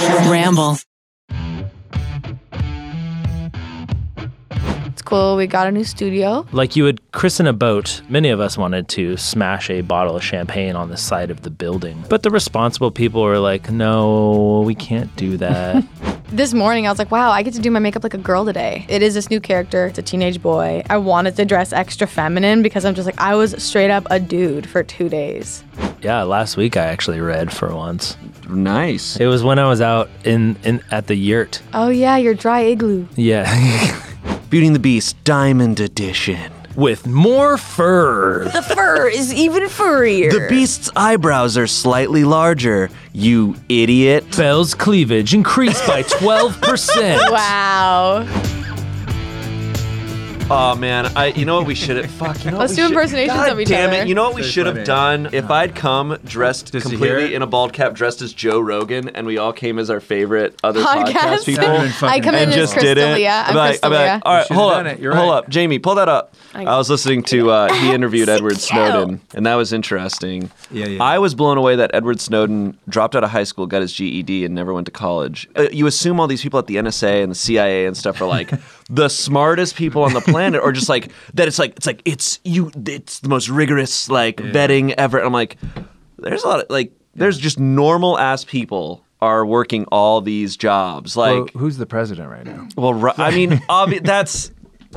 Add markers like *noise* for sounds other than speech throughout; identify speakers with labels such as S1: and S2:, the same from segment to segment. S1: Ramble.
S2: It's cool. We got a new studio.
S3: Like you would christen a boat, many of us wanted to smash a bottle of champagne on the side of the building. But the responsible people were like, no, we can't do
S4: *laughs*
S3: that.
S2: This morning, I was like, wow, I get to do my makeup like a girl today. It is this new character. It's a teenage boy. I wanted to dress extra feminine because I'm just like, I was straight up a dude for two days.
S3: yeah, last week I actually read for once.
S5: Nice.
S3: It was when I was out in, in at the yurt.
S2: Oh, yeah, your dry igloo.
S3: Yeah. *laughs*
S5: Beauty and the Beast Diamond Edition.
S3: With more
S4: *laughs*
S3: fur.
S1: The fur is even furrier.
S5: The Beast's eyebrows are slightly larger. You idiot.
S3: Belle's cleavage increased
S4: *laughs*
S3: by 12%.
S2: Wow.
S4: Oh man, I you know what we should have fuck. You know what
S2: Let's
S4: we
S2: do
S4: should-
S2: impersonations
S4: God
S2: of each
S4: damn
S2: other.
S4: it! You know what we should have
S5: funny.
S4: done? If I'd come dressed
S5: Just to hear it?
S4: completely in a bald cap, dressed as Joe Rogan, and we all came as our favorite other
S2: *laughs*
S4: podcast,
S2: Podcast.
S4: people,
S5: That'd have been
S2: I
S5: fucking-
S2: come in
S4: and
S2: as
S4: just did it.
S2: Crystalia. I'm
S4: I'm like,
S2: Crystalia.
S4: I'm like, all right,
S5: should've
S4: hold up,
S5: done it, you're
S4: hold
S5: right.
S4: up, Jamie, pull that up. I, was listening to uh, *laughs* he interviewed Edward Snowden, and that was interesting.
S5: Yeah, yeah.
S4: I was blown away that Edward Snowden dropped out of high school, got his GED, and never went to college. Uh, you assume all these people at the NSA and the CIA and stuff are like
S6: *laughs*
S4: the smartest people on the planet, or just like that. It's like it's like it's you. It's the most rigorous like vetting ever. And I'm like, there's a lot of like there's just normal ass people are working all these jobs. Like,
S6: Well, who's the president right now?
S4: well, ri- I
S6: *laughs*
S4: mean, obvi- that's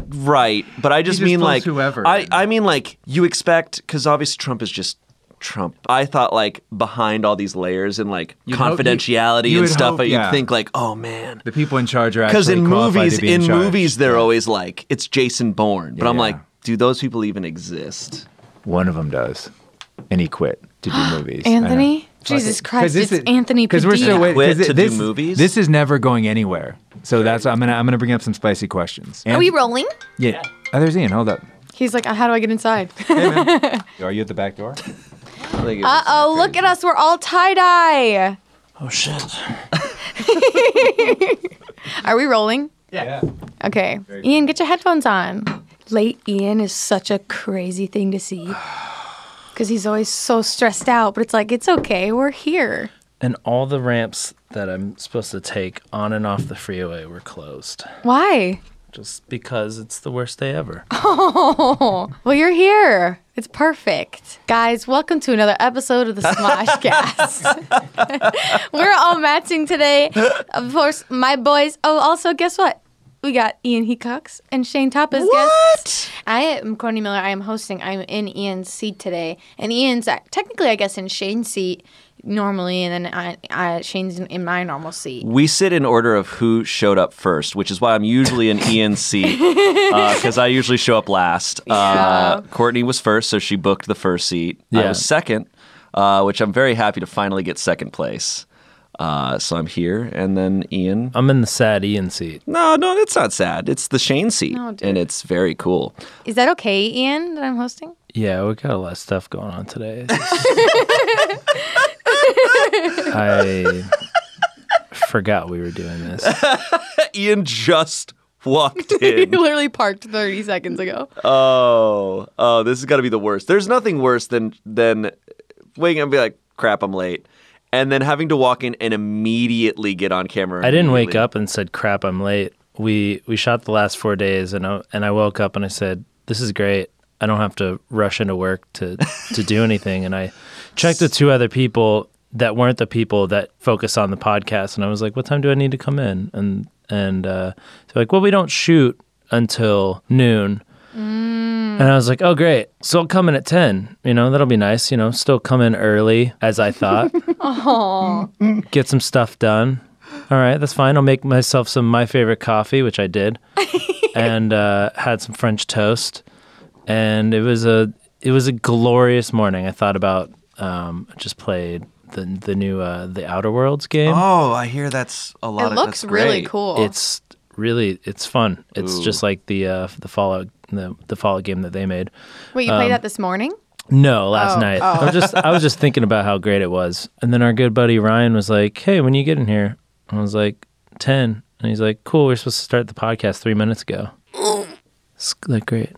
S4: right, but I just,
S6: just
S4: mean
S6: pulls
S4: like
S6: whoever.
S4: I I mean like you expect because obviously Trump is just Trump. I thought like behind all these layers and like
S6: hope- you-
S4: confidentiality
S6: you
S4: and
S6: would
S4: stuff,
S6: hope-
S4: but you'd
S6: yeah.
S4: think like, oh man,
S6: The people in charge are
S4: because
S6: actually
S4: in
S6: qualified
S4: movies
S6: to be in,
S4: in,
S6: charge.
S4: movies they're always like it's Jason Bourne, but I'm
S6: yeah.
S4: like, do those people even exist?
S6: One of them does, and he quit to
S2: *gasps*
S6: do movies. I know.
S2: Anthony? Jesus Christ, it's Anthony
S6: Because we're still
S2: Padilla.
S6: waiting. 'cause
S4: Quit
S6: it-
S4: to do
S6: this,
S4: movies?
S6: This is never going anywhere. So that's I'm gonna I'm gonna bring up some spicy questions.
S1: Are we rolling?
S6: Yeah. Oh, there's Ian. Hold up.
S2: He's like, how do I get inside?
S6: Are you at the back door?
S2: Uh oh, look at us. We're all tie dye.
S3: Oh, shit.
S2: *laughs* Are we rolling?
S6: Yeah.
S2: Okay. Ian, get your headphones on. Late Ian is such a crazy thing to see.
S3: *sighs*
S2: Because he's always so stressed out, but it's like, it's okay. We're here.
S3: And all the ramps that I'm supposed to take on and off the freeway were closed
S2: Why?
S3: just because it's the worst day ever.
S2: Well, you're here. It's perfect. Guys, welcome to another episode of the Smoshcast. *laughs* We're all matching today. Of course, my boys. Oh, also, guess what? We got Ian Hecox and Shane Top as guests. I am Courtney Miller. I am hosting. I'm in Ian's seat today. And Ian's uh, technically, I guess, in Shane's seat normally, and then I, I, Shane's in, in my normal seat.
S4: We sit in order of who showed up first, which is why I'm usually E in Ian's seat because uh, I usually show up last. Uh, Courtney was first, so she booked the first seat. I
S3: Yeah.
S4: was second, uh, which I'm very happy to finally get second place. Uh, so I'm here, and then Ian.
S3: I'm in the sad Ian seat.
S4: No, no, it's not sad. It's the Shane seat,
S2: No, dude.
S4: and it's very cool.
S2: Is that okay, Ian, that I'm hosting?
S3: Yeah, we got a lot of stuff going on today. I forgot we were doing this.
S4: Ian just walked
S2: *laughs*
S4: in.
S2: literally parked 30 seconds ago.
S4: oh, oh, this has got to be the worst. There's nothing worse than than waking up and be like, "Crap, I'm late," and then having to walk in and immediately get on camera.
S3: I didn't wake
S4: immediately.
S3: up and said, "Crap, I'm late." We we shot the last four days, and I, and I woke up and I said, "This is great. I don't have to rush into work to to do anything." And I checked with two other people that weren't the people that focus on the podcast, and I was like, "What time do I need to come in?" And and uh, they're like, "Well, we don't shoot until noon." And I was like, oh, great. So I'll come in at 10. You know, that'll be nice. You know, still come in early as I thought. Get some stuff done. All right, that's fine. I'll make myself some of my favorite coffee, which I did, and uh, had some French toast. And it was a it was a glorious morning. I thought about um, I just played the the new uh, the Outer Worlds game.
S5: Oh, I hear that's a lot
S2: It looks really cool.
S3: It's really it's fun. It's just like the uh, the Fallout the, the Fallout game that they made.
S2: Wait, you
S4: Um,
S2: played that this morning?
S3: No, last
S2: Oh,
S3: night. I was just I
S2: *laughs*
S3: was just thinking about how great it was. And then our good buddy Ryan was like, Hey, when you get in here? And I was like, ten. And he's like, Cool, we're supposed to start the podcast three minutes ago.
S2: Mm.
S3: It's like great.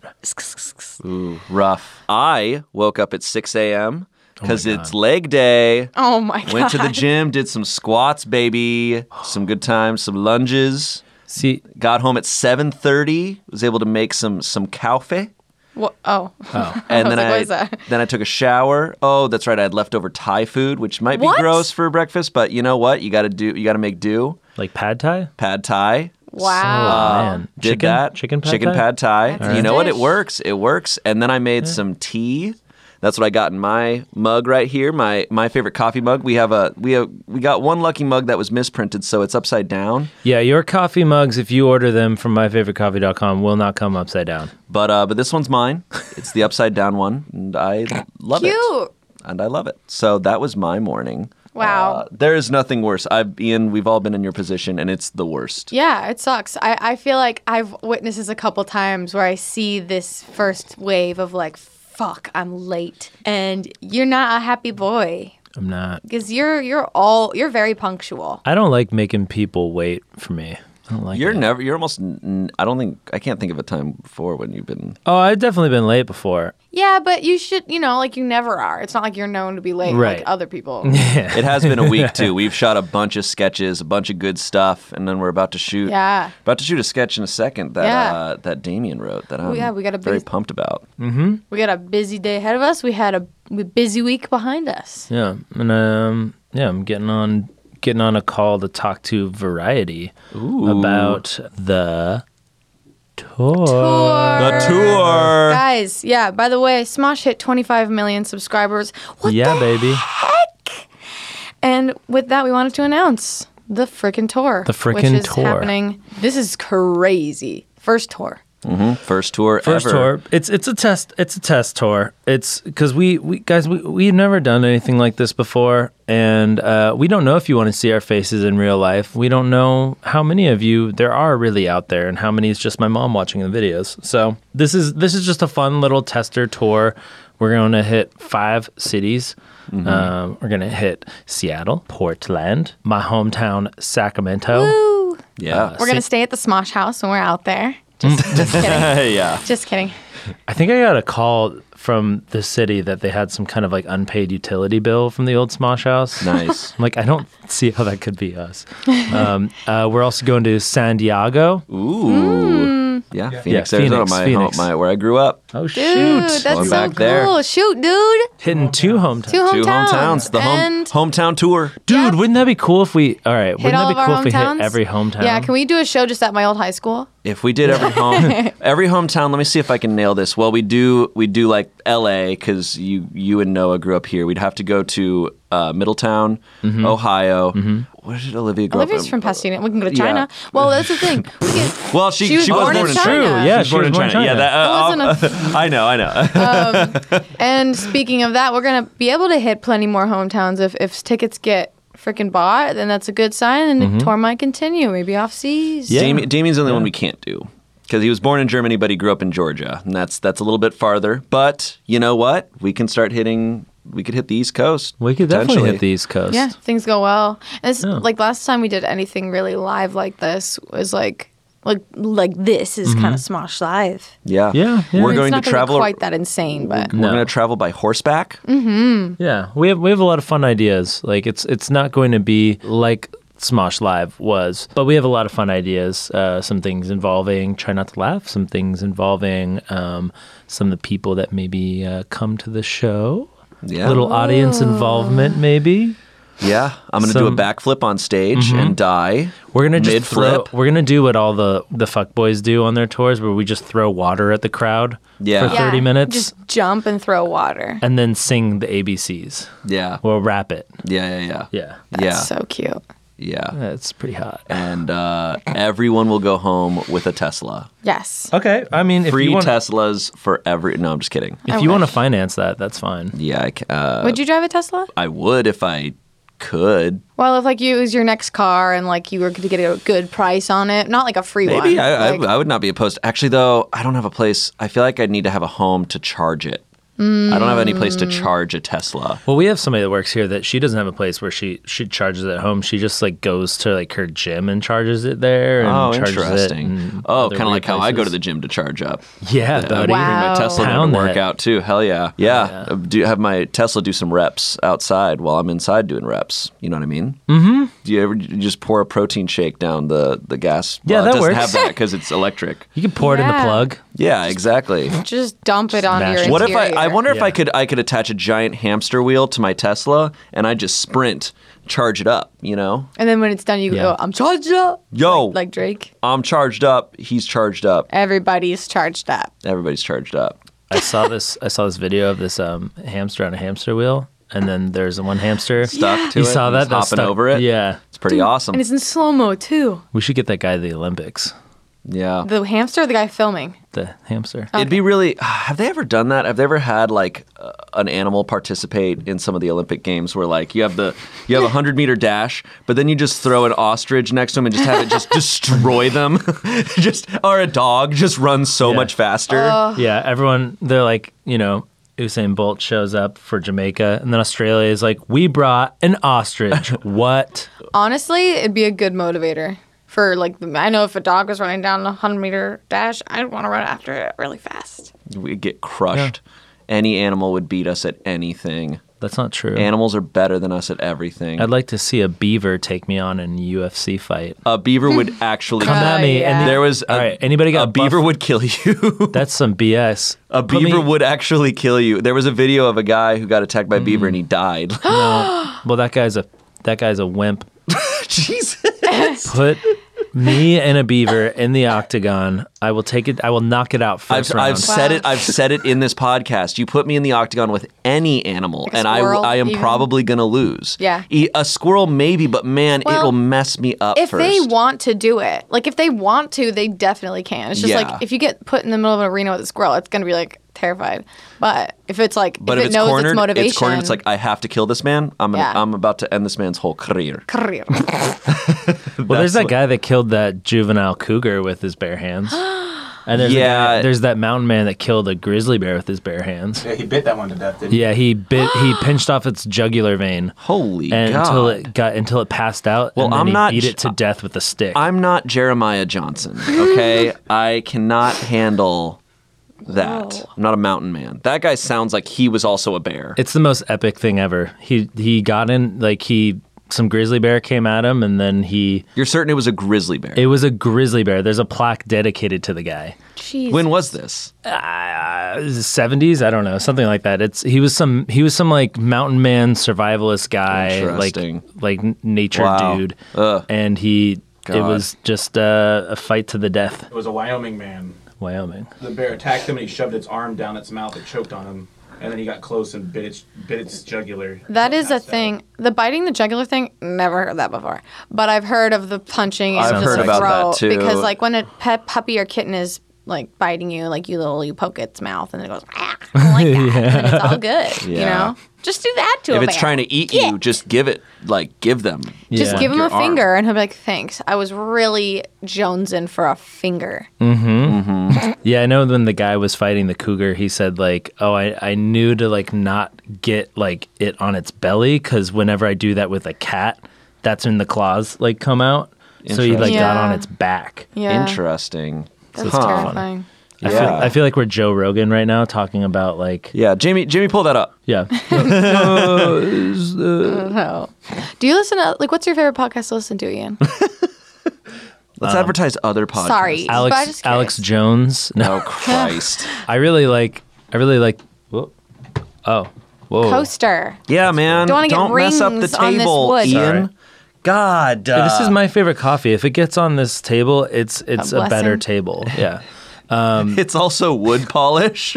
S4: Rough. I woke up at 6 a.m.
S3: Oh
S4: because it's
S2: *laughs*
S4: leg day.
S2: Oh my god.
S4: Went to the gym, did some squats, baby. Some good times, some lunges.
S3: See,
S4: Got home at 7:30. Was able to make some some coffee.
S2: Wha- oh.
S4: *laughs* And
S2: I was
S4: then
S2: like, what is
S4: I
S2: that?
S4: then I took a shower. Oh, that's right. I had leftover Thai food, which might be
S2: What?
S4: gross for breakfast, but you know what? You got to do. You got to make do.
S3: like pad thai? Oh,
S4: Pad Thai.
S2: *laughs* Wow.
S4: Uh,
S3: man.
S4: Did
S3: Chicken-
S4: that
S3: chicken pad
S4: chicken
S3: thai?
S4: pad thai.
S2: That's
S4: You know what? It
S2: dish.
S4: works. It works. And then I made some tea. That's what I got in my mug right here. My my favorite coffee mug. We have a we have we got one lucky mug that was misprinted, so it's upside down.
S3: Yeah, your coffee mugs, if you order them from myfavoritecoffee.com, will not come upside down.
S4: But uh, but this one's mine. It's the upside down one, and I love it.
S2: Cute.
S4: And I love it. So that was my morning. Uh,
S2: Wow.
S4: there is nothing worse. I've Ian. We've all been in your position, and it's the worst.
S2: Yeah, it sucks. I, I feel like I've witnessed this a couple times where I see this first wave of like, fuck, I'm late. And you're not a happy boy.
S3: I'm not.
S2: Because you're you're all you're very punctual.
S3: I don't like making people wait for me. I don't like
S4: You're
S3: it.
S4: never. You're almost. n- n- I don't think. I can't think of a time before when you've been.
S3: Oh, I've definitely been late before.
S2: Yeah, but you should you know, like you never are. It's not like you're known to be late
S3: Right.
S2: like other people.
S4: *laughs* It has
S3: *laughs*
S4: been a week too. We've shot a bunch of sketches, a bunch of good stuff, and then we're about to shoot.
S2: Yeah.
S4: About to shoot a sketch in a second that
S2: Yeah.
S4: uh, that Damien wrote that I'm
S2: yeah, we got a
S4: very
S2: big-
S4: pumped about.
S2: we got a busy day ahead of us. We had a w- busy week behind us.
S3: Yeah, and um, yeah, I'm getting on getting on a call to talk to Variety about the tour.
S2: The
S4: tour.
S2: Guys, yeah, by the way, Smosh hit 25 million subscribers. What
S3: yeah,
S2: the
S3: baby,
S2: And with that, we wanted to announce the frickin' tour.
S3: The frickin'
S2: which is
S3: tour.
S2: happening. This is crazy. First tour.
S4: First tour
S3: Hmm. first
S4: ever.
S3: tour. It's it's a test. It's a test tour. It's because we we guys we we've never done anything like this before, and uh, we don't know if you want to see our faces in real life. We don't know how many of you there are really out there, and how many is just my mom watching the videos. So this is this is just a fun little tester tour. We're going to hit five cities.
S4: Mm-hmm.
S3: Um, we're going to hit Seattle, Portland, my hometown, Sacramento.
S4: Yeah.
S2: We're gonna stay at the Smosh House when we're out there. Just, just kidding.
S4: *laughs* yeah.
S2: Just kidding.
S3: I think I got a call from the city that they had some kind of like unpaid utility bill from the old Smosh
S2: Hmm.
S3: house.
S4: Nice.
S3: I'm like, I don't see how that could be us.
S4: *laughs*
S3: Um, uh, we're also going to San Diego.
S4: Ooh. Yeah. Phoenix,
S3: Yeah,
S4: Arizona,
S3: Phoenix,
S4: my,
S3: Phoenix.
S4: Home, my where I grew up.
S3: Oh,
S2: Dude,
S3: shoot.
S2: that's
S4: Going
S2: so
S4: back
S2: cool.
S4: there.
S2: Shoot, dude.
S3: Hitting two hometowns.
S2: Two
S4: Two
S2: hometowns.
S4: hometowns. The home,
S2: and
S4: hometown tour.
S3: Dude,
S2: Yeah.
S3: wouldn't that be cool if we, all right,
S2: hit
S3: wouldn't
S2: all
S3: that
S2: of
S3: be cool
S2: our
S3: if we
S2: hometowns.
S3: hit every hometown?
S2: Yeah, can we do a show just at my old high school?
S4: If we did
S2: *laughs*
S4: every home, every hometown. Let me see if I can nail this. Well, we do. We do like L.A. because you you and Noah grew up here. We'd have to go to uh, Middletown,
S3: Mm-hmm.
S4: Ohio. Where did Olivia grow
S2: Olivia's
S4: up?
S2: from Pasadena. We can go to China. Well, that's the thing. We
S3: *laughs*
S2: can,
S4: Well, she
S2: She was born in China. True,
S3: yeah,
S4: She was born in China. Yeah, that,
S2: That
S4: uh,
S2: wasn't
S4: I'll- *laughs* I know,
S2: *laughs*
S4: I know.
S2: And speaking of that, we're gonna be able to hit plenty more hometowns if if tickets get freaking bought. Then that's a good sign, and
S4: Mm-hmm.
S2: the tour might continue, maybe off seas.
S4: Damien- Damien's the only one we can't do because he was born in Germany, but he grew up in Georgia, and that's that's a little bit farther. But you know what? We can start hitting. We could hit the East Coast.
S3: We could definitely
S4: potentially.
S3: hit the East Coast.
S2: Yeah, things go well. And it's, Like last time we did anything really live like this was like like like this is kind of Smosh Live.
S3: Yeah,
S4: Yeah,
S3: yeah.
S4: Mm-hmm. We're
S3: It's
S4: going
S2: it's not
S4: to
S2: gonna
S4: travel.
S2: be quite that insane, but
S4: We're
S3: No. Mm-hmm.
S4: going to travel by horseback.
S3: Yeah, we have we have a lot of fun ideas. Like it's it's not going to be like Smosh Live was, but we have a lot of fun ideas. Uh, some things involving try not to laugh. Some things involving um, some of the people that maybe uh, come to the show.
S4: Yeah.
S3: Little audience involvement, maybe.
S4: Yeah, I'm gonna do a
S3: Some-
S4: backflip on stage and die.
S3: Mm-hmm. We're gonna just
S4: Mid-flip.
S3: throw. We're gonna do what all the the fuck boys do on their tours, where we just throw water at the crowd
S4: Yeah.
S3: for thirty
S2: Yeah,
S3: minutes,
S2: Just jump and throw water.
S3: and then sing the ABCs.
S4: Yeah,
S3: We'll rap it.
S4: yeah, yeah, yeah,
S3: Yeah,
S4: yeah,
S2: So cute.
S4: yeah.
S3: that's pretty hot.
S4: And uh, everyone will go home with a Tesla.
S2: Yes.
S3: Okay, I mean, if
S4: Free
S3: you want,
S4: Teslas for every. No, I'm just kidding.
S3: if you want to finance that, that's fine.
S4: Yeah, I, ca- uh,
S2: Would you drive a Tesla?
S4: I would if I could.
S2: Well, if like you it was your next car and like you were going to get a good price on it, not like a free one.
S4: Maybe I,
S2: like-
S4: I, I would not be opposed. Actually, though, I don't have a place. I feel like I need to have a home to charge it. I don't have any place to
S3: Mm.
S4: charge a Tesla.
S3: Well, we have somebody that works here that she doesn't have a place where she she charges it at home. She just like goes to like her gym and charges it there. And
S4: Oh,
S3: charges it
S4: interesting.
S3: in
S4: Oh,
S3: other
S4: kind of
S3: weird
S4: like how I go to
S3: places.
S4: the gym to charge up.
S3: *laughs* Yeah,
S4: I
S3: buddy.
S4: bring my
S2: Wow.
S4: Tesla down
S3: Pound
S4: to work
S3: that.
S4: out too. Hell yeah. Yeah. Uh, Do have my Tesla do some reps outside while I'm inside doing reps. You know what I mean? Mm-hmm. Do you ever you just pour a protein shake down the, the gas?
S3: Yeah,
S4: well, it
S3: that
S4: doesn't
S3: works.
S4: have that because
S3: *laughs*
S4: it's electric.
S3: You can pour it in the
S2: Yeah.
S4: *laughs*
S3: plug.
S4: Yeah, exactly.
S2: Just dump it on
S3: mash
S2: your
S3: it.
S4: What if I?
S2: interior.
S4: I wonder if I
S3: Yeah.
S4: could. I could attach a giant hamster wheel to my Tesla, and I just sprint, charge it up. You know,
S2: And then when it's done, you
S3: Yeah.
S2: go, I'm charged up.
S4: Yo.
S2: Like, like Drake.
S4: I'm charged up. He's charged up.
S2: Everybody's charged up.
S4: Everybody's charged up.
S3: I saw this. I saw this video of this um, hamster on a hamster wheel, and then there's one hamster
S4: Stuck to
S3: you
S4: it,
S3: saw
S4: and
S3: that
S4: he's
S3: that's
S4: hopping
S3: stuck-
S4: over it.
S3: Yeah,
S4: It's pretty awesome.
S2: And it's in slow mo, too.
S3: we should get that guy to the Olympics.
S4: yeah.
S2: The hamster, or the guy filming.
S3: The hamster.
S4: It'd be really. *sighs* Have they ever done that? Have they ever had like uh, an animal participate in some of the Olympic games where like you have the you have a hundred meter dash, but then you just throw an ostrich next to them and just have
S2: *laughs*
S4: it just destroy them, *laughs* just or a dog just runs so
S3: Yeah.
S4: much faster.
S2: Uh.
S3: Yeah, everyone. They're like, you know, Usain Bolt shows up for Jamaica, and then Australia is like, we brought an
S4: *laughs*
S3: ostrich. what?
S2: Honestly, it'd be a good motivator for like. the- I know if a dog was running down a hundred meter dash, I'd want to run after it really fast.
S4: we get crushed. Any animal would beat us at anything.
S3: That's not true.
S4: Animals are better than us at everything.
S3: I'd like to see a beaver take me on in a UFC fight.
S4: a beaver
S2: *laughs*
S4: would actually
S3: Come at me,
S2: Oh, yeah.
S3: and
S4: There was a,
S3: all right. Anybody got
S4: a beaver
S3: buff-
S4: would kill you.
S3: That's some BS.
S4: a
S3: Put
S4: beaver
S3: me-
S4: would actually kill you. There was a video of a guy who got attacked by a beaver and
S2: Mm.
S4: he
S2: *gasps*
S4: died. *laughs*
S3: Well, that guy's a that guy's a wimp.
S4: Jesus.
S3: Put me and a beaver in the octagon. I will take it. I will knock it out 1st
S4: I've,
S3: round.
S4: I've said it. I've said it in this podcast. You put me in the octagon with any animal,
S2: a
S4: and I,
S2: squirrel,
S4: I am
S2: even?
S4: probably gonna lose.
S2: Yeah.
S4: E- a squirrel maybe, but man,
S2: Well,
S4: it'll mess me up.
S2: If
S4: first.
S2: they want to do it, like if they want to, they definitely can. It's just
S4: Yeah.
S2: like if you get put in the middle of an arena with a squirrel, it's gonna be like terrified. But if it's like,
S4: but
S2: if,
S4: if,
S2: it
S4: it's
S2: knows
S4: cornered,
S2: its motivation,
S4: it's cornered. It's like I have to kill this man. I'm gonna,
S2: Yeah.
S4: I'm about to end this man's whole career.
S2: *laughs* career.
S4: *laughs*
S3: well, there's that guy that killed that juvenile cougar with his bare
S4: *gasps*
S3: hands. And there's a
S4: Yeah.
S3: guy, there's that mountain man that killed a grizzly bear with his bare hands.
S7: Yeah, he bit that one to death, didn't he?
S3: Yeah, he bit
S4: *gasps*
S3: he pinched off its jugular vein.
S4: Holy
S3: and
S4: God!
S3: until it got until it passed out.
S4: Well,
S3: and then
S4: I'm
S3: he
S4: not
S3: beat
S4: j-
S3: it to death with a stick.
S4: I'm not Jeremiah Johnson.
S2: *laughs*
S4: Okay, I cannot handle that.
S2: Oh.
S4: I'm not a mountain man. That guy sounds like he was also a bear.
S3: It's the most epic thing ever. He he got in like he some grizzly bear came at him and then he
S4: You're certain it was a grizzly bear.
S3: it was a grizzly bear. There's a plaque dedicated to the guy. Uh,
S2: Jeez.
S4: when was this?
S3: Seventies, I don't know, something like that. It's he was some he was some like mountain man survivalist guy, like
S4: Interesting.
S3: like n- nature
S4: Wow.
S3: dude,
S4: Ugh.
S3: and he it
S4: God.
S3: was just uh, a fight to the death.
S7: It was a Wyoming man.
S3: Wyoming.
S7: The bear attacked him and he shoved its arm down its mouth. It choked on him. And then he got close and bit its, bit its jugular.
S2: That is a
S7: Passed out.
S2: thing. The biting the jugular thing, never heard that before. But I've heard of the punching and
S4: I've
S2: just
S4: heard
S2: like
S4: about that,
S2: throw-
S4: too.
S2: Because like when a pet puppy or kitten is like biting you, like you little you poke its mouth and it goes, ah, I
S4: *laughs*
S2: don't like that. And it's all good. You
S4: Yeah.
S2: know? Just do that to a
S4: if it's
S2: bear.
S4: trying to eat you, just give it. Like give them.
S2: just
S3: Yeah.
S2: give him
S4: Your
S2: a
S4: arm.
S2: finger and he'll be like, Thanks. I was really jonesing for a finger.
S4: Hmm.
S3: Yeah, I know when the guy was fighting the cougar, he said like, "Oh, I, I knew to like not get like it on its belly because whenever I do that with a cat, that's when the claws like come out." So he like got
S2: Interesting.
S3: on
S2: Yeah.
S3: its back.
S2: Yeah.
S4: Interesting.
S2: That's
S4: Huh.
S2: terrifying.
S3: I, feel, I feel like we're Joe Rogan right now talking about like
S4: Yeah, Jamie. Jimmy, pull that up.
S2: *laughs*
S3: yeah.
S2: No. Oh. Do you listen to like what's your favorite podcast to listen to, Ian?
S4: Let's
S3: Um,
S4: advertise other podcasts.
S2: Sorry. but I
S3: Alex
S2: just
S3: Alex
S2: curious.
S3: Jones. No,
S2: *laughs*
S4: Oh Christ.
S3: I really like I really like. Whoa. Oh, whoa.
S2: Coaster.
S4: yeah, man.
S2: Don't wanna
S4: Don't,
S2: get
S4: mess up the
S2: rings on this
S4: table,
S2: wood.
S4: Ian.
S3: Sorry.
S4: God.
S3: Hey, this
S4: uh,
S3: is my favorite coffee. If it gets on this table, it's it's a, better
S2: blessing.
S3: table. Yeah.
S4: um, It's also wood polish.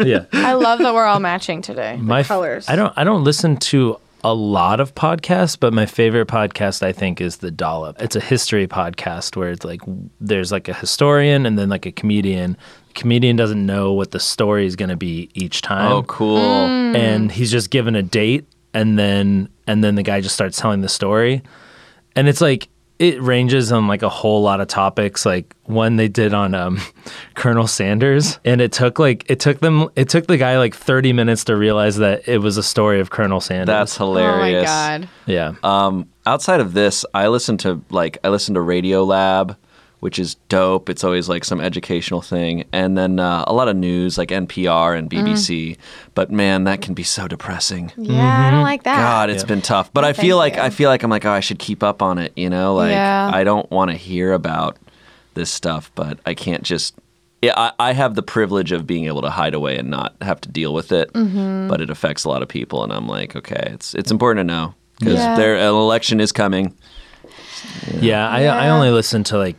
S3: *laughs* Yeah.
S2: I love that we're all matching today. My
S3: f-
S2: colors.
S3: I don't I don't listen to a lot of podcasts, but my favorite podcast I think is the Dollop. It's a history podcast where it's like there's like a historian and then like a comedian. The comedian doesn't know what the story is going to be each time,
S4: Oh, cool.
S2: Mm.
S3: and he's just given a date, and then and then the guy just starts telling the story, and it's like. it ranges on like a whole lot of topics. Like one they did on um, *laughs* Colonel Sanders, and it took like it took them it took the guy like thirty minutes to realize that it was a story of Colonel Sanders.
S4: That's uh,
S2: Oh my
S4: hilarious. Um,
S2: god.
S3: yeah.
S4: Outside of this, I listen to like I listen to Radio Lab, which is dope. It's always like some educational thing, and then uh, a lot of news like NPR and
S2: Mm-hmm.
S4: BBC. But man, that can be so depressing.
S2: Yeah, I don't like that.
S4: Mm-hmm. God, it's been tough. But I feel
S2: Ah. thank
S4: like
S2: you.
S4: I feel like I'm like, oh, I should keep up on it, you know? Like
S2: Yeah.
S4: I don't want to hear about this stuff, but I can't just yeah, I, I have the privilege of being able to hide away and not have to deal with it.
S2: Mm-hmm.
S4: But it affects a lot of people and I'm like, okay, it's it's important to know. Because
S2: Yeah.
S4: there an election is coming.
S3: Yeah, I, I
S2: Yeah.
S3: only listen to like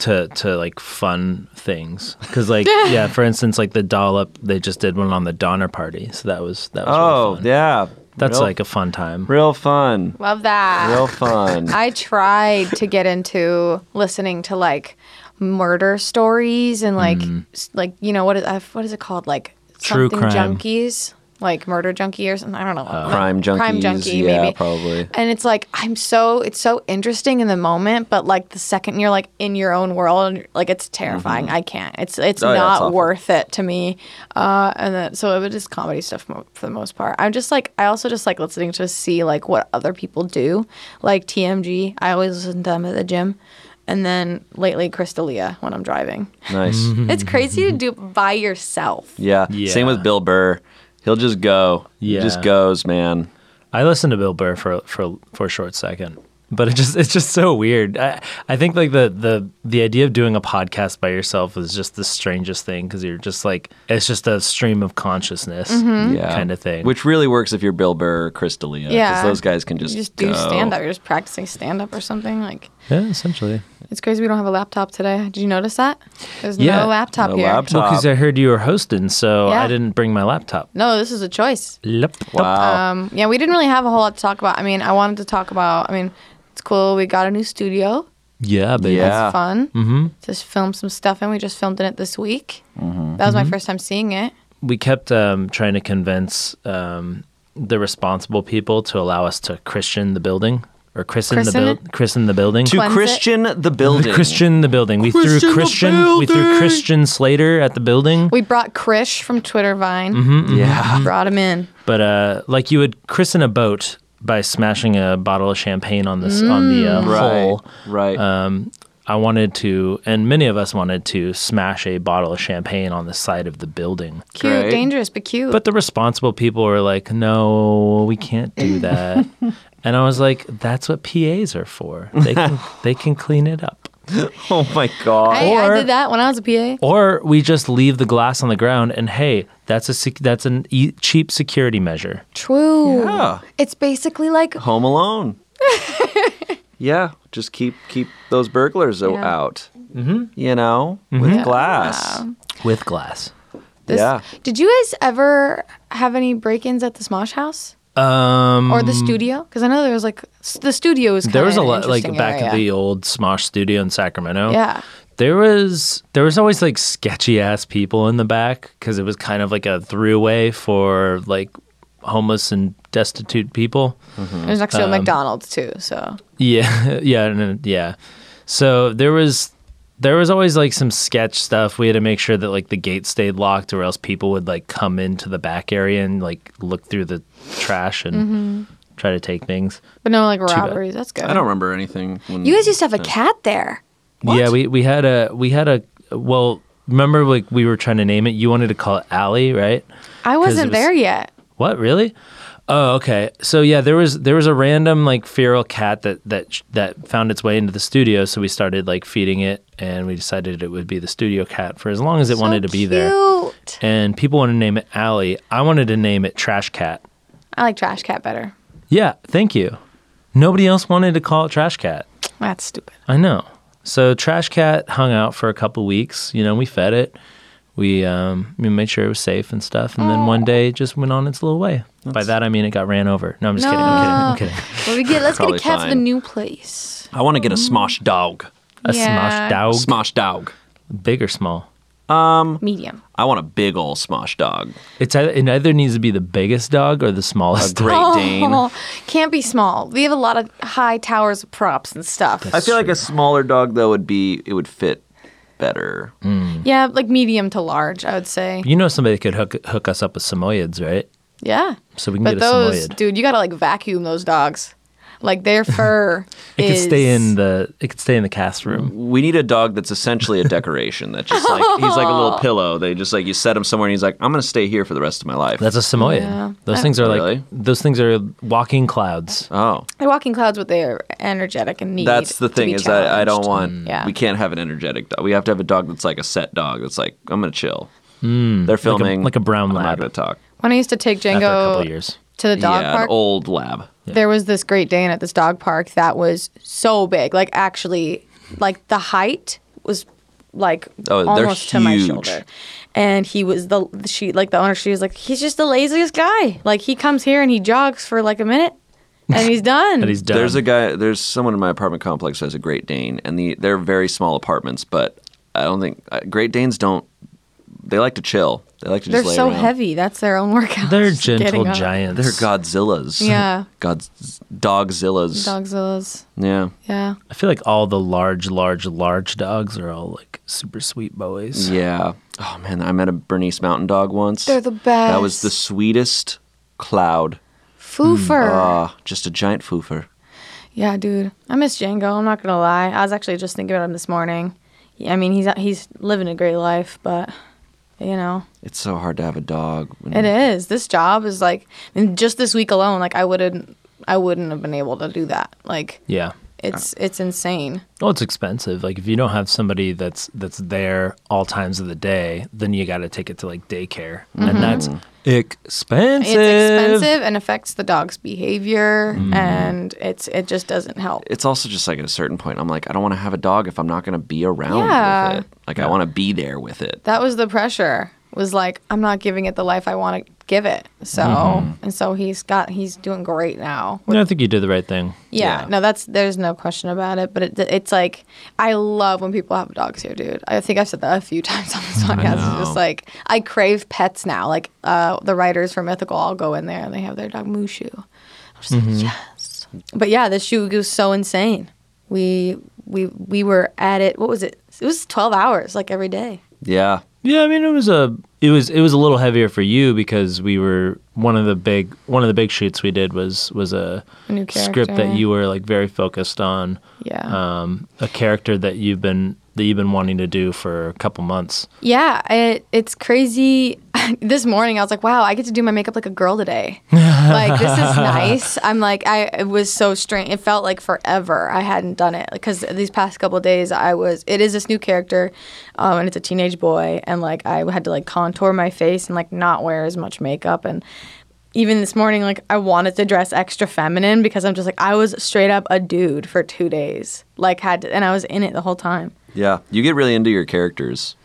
S3: to to like fun things because like yeah, for instance, like the dollop, they just did one on the Donner Party, so that was that was really
S4: Oh,
S3: fun.
S4: yeah.
S3: that's
S4: Real-
S3: like a fun time.
S4: real fun.
S2: Love that.
S4: Real fun.
S2: *laughs* I tried to get into listening to like murder stories and like
S4: Mm.
S2: s like you know what is uh, what is it called like
S3: True
S2: something
S3: crime.
S2: junkies like murder junkie or something I don't know what-
S4: Uh, Crime junkies.
S2: crime junkie
S4: yeah,
S2: maybe
S4: probably.
S2: and it's like I'm so it's so interesting in the moment but like the second you're like in your own world like it's terrifying I can't it's it's
S4: Mm-hmm. Oh, yeah, it's
S2: not
S4: awful.
S2: worth it to me uh and then so it is comedy stuff mo- for the most part I'm just like I also just like listening to see like what other people do like TMG I always listen to them at the gym and then lately Crystalia when I'm driving
S4: Nice.
S3: Mm-hmm.
S2: it's crazy to do by yourself
S4: Mm-hmm. Yeah. Same
S3: Yeah.
S4: with Bill Burr. He'll just go. He
S3: Yeah.
S4: just goes, man.
S3: I listened to Bill Burr for for for a short second, but it just it's just so weird. I I think like the the the idea of doing a podcast by yourself is just the strangest thing because you're just like it's just a stream of consciousness
S2: Mm-hmm.
S4: Yeah.
S3: kind of thing.
S4: Which really works if you're Bill Burr or Chris D'Elia. 'cause
S2: Yeah.
S4: those guys can just,
S2: you just do
S4: go.
S2: stand up you're just practicing stand up or something like
S3: yeah, essentially.
S2: It's crazy we don't have a laptop today. Did you notice that? There's
S3: Yeah.
S2: no laptop
S4: No
S2: here.
S4: laptop.
S3: Well, because I heard you were hosting, so
S2: Yeah.
S3: I didn't bring my laptop.
S2: No, this is a choice.
S3: Laptop.
S4: Wow.
S2: Um, yeah, we didn't really have a whole lot to talk about. I mean, I wanted to talk about. I mean, it's cool. We got a new studio.
S3: Yeah, baby.
S4: Yeah.
S2: It's fun. Mm-hmm. Just filmed some stuff, and we just filmed in it this week.
S4: Mm-hmm.
S2: That was my first time seeing it.
S3: we kept um, trying to convince um, the responsible people to allow us to Christian the building or christen,
S2: Christen
S3: the
S2: it?
S3: build christen the building.
S4: to
S2: Cleanse it.
S4: Christian the building.
S3: Christian the building. We threw Christian. We threw Christian Slater at the building.
S2: We brought Krish from Twitter Vine.
S4: Mm-hmm, Yeah.
S2: Brought him in.
S3: But uh, like you would christen a boat by smashing a bottle of champagne on this on the uh,
S4: Mm. Right.
S3: hull.
S4: Right.
S2: Uh,
S3: I wanted to, and many of us wanted to smash a bottle of champagne on the side of the building.
S2: Cute,
S4: Great.
S2: dangerous, but cute.
S3: But the responsible people were like, "No, we can't do
S4: *laughs*
S3: that." and I was like, "That's what PAs are for. They
S4: *laughs*
S3: can they can clean it up."
S4: oh my God.
S2: I, I
S3: or-
S2: did that when I was a PA.
S3: Or we just leave the glass on the ground and hey, that's a sec- that's an e- cheap security measure.
S2: True.
S4: Yeah.
S2: It's basically like
S4: Home Alone.
S2: *laughs*
S4: yeah. Just keep keep those burglars o-
S2: Yeah.
S4: out. Mm-hmm. You know, with glass.
S3: With glass.
S2: this.
S4: Yeah.
S2: Did you guys ever have any break-ins at the Smosh House?
S3: Um
S2: or the studio? Because I know there was like s- the studio was
S3: there was a
S2: kinda
S3: lot
S2: an
S3: like
S2: interesting
S3: back at
S2: area.
S3: the old Smosh studio in Sacramento.
S2: yeah
S3: There was there was always like sketchy ass people in the back cuz it was kind of like a throughway for like homeless and destitute people. *laughs*
S2: there's next
S3: um,
S2: to a McDonald's too. So
S3: Yeah, yeah, no, yeah. So there was there was always like some sketch stuff. We had to make sure that like the gate stayed locked, or else people would like come into the back area and like look through the trash and
S2: Mm-hmm.
S3: try to take things.
S2: but no like robberies. That's good.
S4: I don't remember anything. When
S2: You guys used to have a cat there.
S3: Yeah, we we had a we had a well. Remember, like we were trying to name it. You wanted to call it Alley, right?
S2: I wasn't
S3: was-
S2: there yet.
S3: What really? Oh, okay. So yeah, there was there was a random like feral cat that that that found its way into the studio. So we started like feeding it, and we decided it would be the studio cat for as long as it wanted to be there.
S2: Cute.
S3: And people wanted to name it Allie. I wanted to name it Trash Cat.
S2: I like Trash Cat better.
S3: Yeah, thank you. Nobody else wanted to call it Trash Cat.
S2: That's stupid.
S3: I know. So Trash Cat hung out for a couple weeks. You know, we fed it. We um, we made sure it was safe and stuff, and then one day it just went on its little way. By that I mean it got ran over. No, I'm just kidding. I'm kidding. I'm kidding.
S2: Well, we get let's get a
S4: Probably
S2: cat for the
S4: fine.
S2: new place. Mm-hmm.
S4: I want to get a smosh dog.
S3: A smosh dog,
S4: Smosh dog. Um,
S3: big or small?
S2: Medium.
S4: I want a big old smosh dog.
S3: It's either, it either needs to be the biggest dog or the smallest.
S4: Great Dane.
S2: *laughs* Oh, can't be small. We have a lot of high towers of props and stuff.
S4: I feel like a smaller dog though would be it would fit better.
S3: Hmm.
S2: Yeah, like medium to large, I would say.
S3: You know somebody could hook hook us up with Samoyeds, right?
S2: Yeah.
S3: So we can
S2: but
S3: get a
S2: those,
S3: Samoyed.
S2: dude, you gotta like vacuum those dogs. Like their *laughs* fur
S3: It
S2: is
S3: could stay in the it could stay in the cast room.
S4: We need a dog that's essentially a decoration that just like he's like a little
S2: *laughs*
S4: pillow. They just like you set him somewhere and he's like I'm going to stay here for the rest of my life.
S3: That's a Samoyed.
S2: Yeah.
S3: Those things are like
S4: Really?
S3: those things are walking clouds.
S4: oh.
S2: They're walking clouds, but they're energetic and need.
S4: That's the
S2: to
S4: thing
S2: be
S4: is that I don't
S2: challenged.
S3: Mm.
S4: want.
S2: Yeah.
S4: We can't have an energetic dog. We have to have a dog that's like a set dog. That's like I'm gonna chill. They're filming
S3: Hmm. like a brown
S4: I'm
S3: lab.
S4: not gonna talk.
S2: When I used to take
S3: After a couple
S2: Django
S3: of years,
S2: to the dog
S4: yeah, an
S2: park,
S4: old lab.
S2: there was this Great Dane at this dog park that was so big, like actually, like the height was like
S4: Oh, they're
S2: almost to my
S4: huge.
S2: shoulder. And he was the she like the owner. She was like, he's just the laziest guy. Like he comes here and he jogs for like a minute, and
S3: *laughs*
S2: he's done.
S3: and he's done.
S4: There's a guy. There's someone in my apartment complex who has a Great Dane, and the they're very small apartments, but I don't think uh, Great Danes don't. They like to chill. They like to
S2: they're
S4: just lay
S2: so
S4: around.
S2: heavy. That's their own *laughs* workout.
S3: They're
S2: Just getting
S3: gentle
S2: up.
S3: giants.
S4: They're Godzillas.
S2: *laughs*
S3: *laughs*
S2: Yeah.
S4: *laughs* God's dogzillas.
S2: Dogzillas.
S4: Yeah.
S2: Yeah.
S3: I feel like all the large, large, large dogs are all like super sweet boys.
S4: Yeah. Oh man, I met a Bernese Mountain Dog once.
S2: They're the
S4: That was
S2: best.
S4: the sweetest cloud.
S2: Foofer.
S4: Ah, just a giant foofer.
S2: Yeah, dude. I miss Django. I'm not gonna lie. I was actually just thinking about him this morning. Yeah, I mean, he's he's living a great life, but you know,
S4: It's so hard to have a dog. When
S3: Hmm.
S2: it is. This job is like, and just this week alone, like I wouldn't, I wouldn't have been able to do that. Like,
S3: Yeah.
S2: it's
S3: Ah.
S2: it's insane.
S3: Well, it's expensive. Like if you don't have somebody that's that's there all times of the day, then you got to take it to like daycare, and that's
S2: Mm-hmm.
S3: expensive. Hmm.
S2: It's expensive and affects the dog's behavior, and it's it just doesn't help.
S4: It's also just like at a certain point, I'm like, I don't want to have a dog if I'm not going to be around
S2: Yeah.
S4: with it. Like, I want to be there with it.
S2: that was the pressure was like i'm not giving it the life i want to give it so and so he's got he's doing great now
S3: No, I think you did the right thing.
S2: yeah,
S4: Yeah.
S2: no that's there's no question about it but it, it's like i love when people have dogs here dude i think i've said that a few *laughs* times on this podcast it's just like i crave pets now like uh, the writers for mythical all go in there and they have their dog mushu i'm just like yes but yeah this shoe was so insane we we we were at it what was it it was 12 hours like every day
S4: Yeah.
S3: Yeah, I mean it was a it was it was a little heavier for you because we were one of the big one of the big shoots we did was was a
S2: A new
S3: script that
S2: character.
S3: you were like very focused on.
S2: yeah
S3: Um, a character that you've been that you've been wanting to do for a couple months.
S2: Yeah, it, it's crazy. *laughs* this morning I was like, wow, I get to do my makeup like a girl today. like, this is nice. I'm like, I it was so strange. It felt like forever I hadn't done it because these past couple of days I was, it is this new character um, and it's a teenage boy. And like, I had to like contour my face and like not wear as much makeup. And even this morning, like, I wanted to dress extra feminine because I'm just like, I was straight up a dude for two days. Like, had to, and I was in it the whole time.
S4: Yeah. You get really into your characters.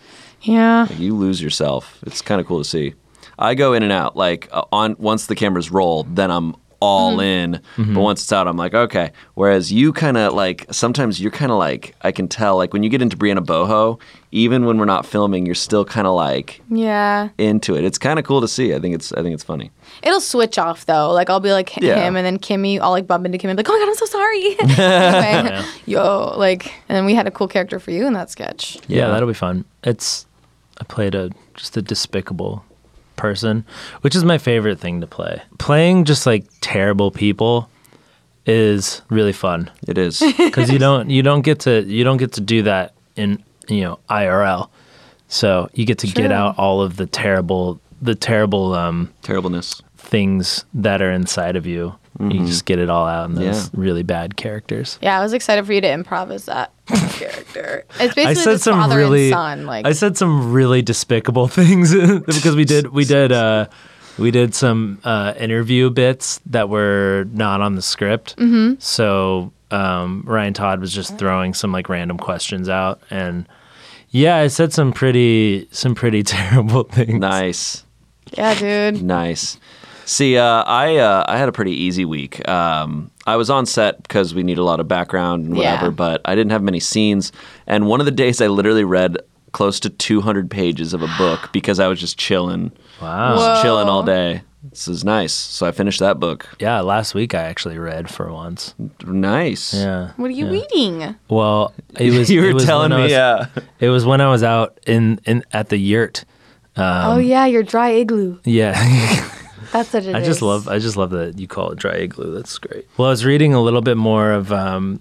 S2: Yeah.
S4: You lose yourself. It's kind of cool to see. I go in and out. Like uh, on once the cameras roll, then I'm all in. But once it's out, I'm like, okay. Whereas you kind of like sometimes you're kind of like I can tell. Like when you get into Brianna Boho, even when we're not filming, you're still kind of like
S2: Yeah.
S4: into it. It's kind of cool to see. I think it's I think it's funny.
S2: It'll switch off though. Like I'll be like hi-
S4: Yeah.
S2: him, and then Kimmy, I'll like bump into Kimmy, and be like, oh my god, I'm so
S3: *laughs*
S2: sorry. *laughs* anyway, yo, like, and then we had a cool character for you in that sketch.
S3: Yeah,
S4: Yeah.
S3: that'll be fun. It's I played a just a despicable person, which is my favorite thing to play. Playing just like terrible people is really fun
S4: It is.
S3: because you don't you don't get to you don't get to do that in you know IRL. So you get to get
S2: True.
S3: out all of the terrible the terrible um,
S4: Terribleness.
S3: things that are inside of you. You just get it all out in those
S4: Yeah.
S3: really bad characters.
S2: Yeah, I was excited for you to improv as that *laughs* character. It's basically
S3: I said
S2: this
S3: some
S2: father
S3: really,
S2: and son. Like,
S3: I said some really despicable *laughs* things because we did, we did, uh, we did some uh, interview bits that were not on the script. Mm-hmm. So um, Ryan Todd was just throwing some like random questions out, and yeah, I said some pretty, some pretty *laughs* terrible things.
S4: Nice.
S2: yeah, dude.
S4: Nice. See, uh, I uh, I had a pretty easy week. Um, I was on set because we need a lot of background and whatever,
S2: Yeah.
S4: but I didn't have many scenes. And one of the days, I literally read close to 200 pages of a
S2: *gasps*
S4: book because I was just chilling.
S3: Wow.
S4: Just
S2: Oh. Whoa.
S4: chilling all day. This is nice. So I finished that book.
S3: Yeah, last week I actually read for once.
S4: Nice.
S3: Yeah.
S2: What are you reading?
S3: Well, it was.
S4: *laughs* you
S3: it
S4: were
S3: was
S4: telling
S3: when I
S4: me, uh,
S3: was-
S4: yeah.
S3: It was when I was out in in at the yurt. Um,
S2: oh yeah, your dry igloo.
S4: *laughs*
S3: Yeah.
S2: That's what it is.
S3: I just love I just love that you call it dry igloo. That's great. Well, I was reading a little bit more of um,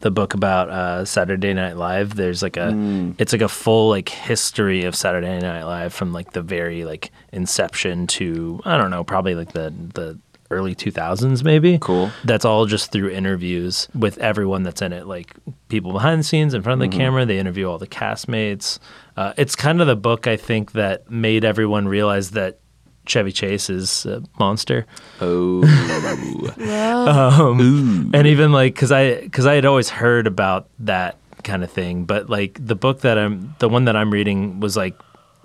S3: the book about uh, Saturday Night Live. There's like a it's like a full like history of Saturday Night Live from like the very like inception to I don't know probably like the the early 2000s maybe
S4: Cool.
S3: that's all just through interviews with everyone that's in it like people behind the scenes in front of the camera they interview all the castmates uh, it's kind of the book i think that made everyone realize that chevy chase is a monster
S4: uh,
S3: *laughs*
S2: Mm-hmm.
S3: and even like because i because i had always heard about that kind of thing but like the book that i'm the one that i'm reading was like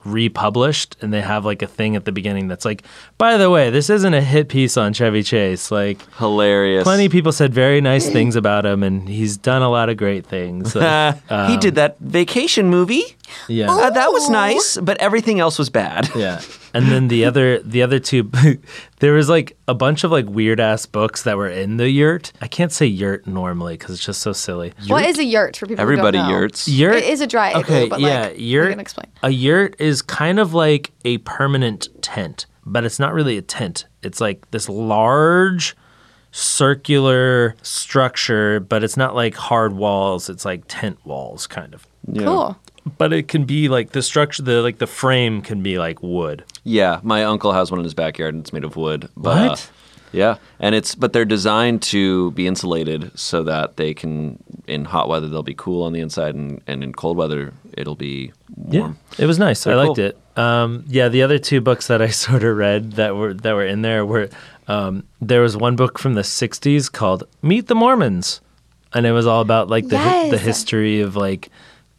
S3: republished and they have like a thing at the beginning that's like by the way this isn't a hit piece on chevy chase like
S4: Hilarious. *laughs*
S3: plenty of people said
S2: *laughs*
S3: very nice things about him and he's done a lot of great things Like,
S2: *laughs*
S4: Uh, he did that vacation movie.
S3: Um, yeah
S4: Uh, that
S2: Oh.
S4: was nice, but everything else was bad.
S3: Yeah. And then the other the other two *laughs* there was like a bunch of like weird ass books that were in the yurt. I can't say yurt normally cuz it's just so silly.
S2: What is a yurt for people?
S4: *laughs* Everybody
S2: who don't know?
S4: yurts.
S3: Yurt
S2: It is a dry igloo,
S3: Okay,
S2: but
S3: yeah,
S2: like
S3: yurt.
S2: you can explain.
S3: A yurt is kind of like a permanent tent, but it's not really a tent. It's like this large circular structure, but it's not like hard walls, it's like tent walls kind of.
S2: Cool.
S3: But it can be like the structure the like the frame can be like wood.
S4: Yeah, my uncle has one in his backyard, and it's made of wood. But, uh,
S3: What?
S4: yeah, and it's but they're designed to be insulated so that they can in hot weather they'll be cool on the inside, and, and in cold weather it'll be warm.
S3: It was nice. I
S4: They're
S3: liked
S4: cool.
S3: it. Um, yeah, the other two books that I *laughs* sort of read that were that were in there were um, there was one book from the '60s called "Meet the Mormons," and it was all about like the hi- the
S2: Yes.
S3: history of like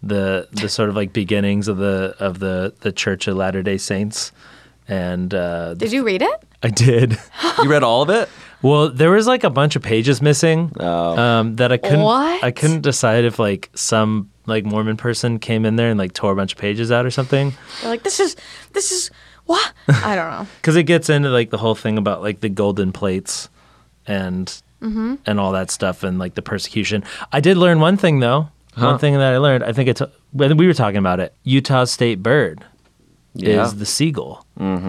S3: the the sort of like beginnings of the of the the Church of Latter Day Saints. And uh,
S2: Did you read it?
S3: I did. *laughs*
S4: You read all of it?
S3: Well, there was like a bunch of pages missing
S4: Oh.
S3: um, that I couldn't.
S2: What?
S3: I couldn't decide if like some like Mormon person came in there and like tore a bunch of pages out or something.
S2: They're like, this is this is
S3: *laughs*
S2: what? I don't know.
S3: because it gets into like the whole thing about like the golden plates and and all that stuff and like the persecution. I did learn one thing though. One thing that I learned, I think it's when we were talking about it. Utah state bird
S4: Yeah.
S3: is the seagull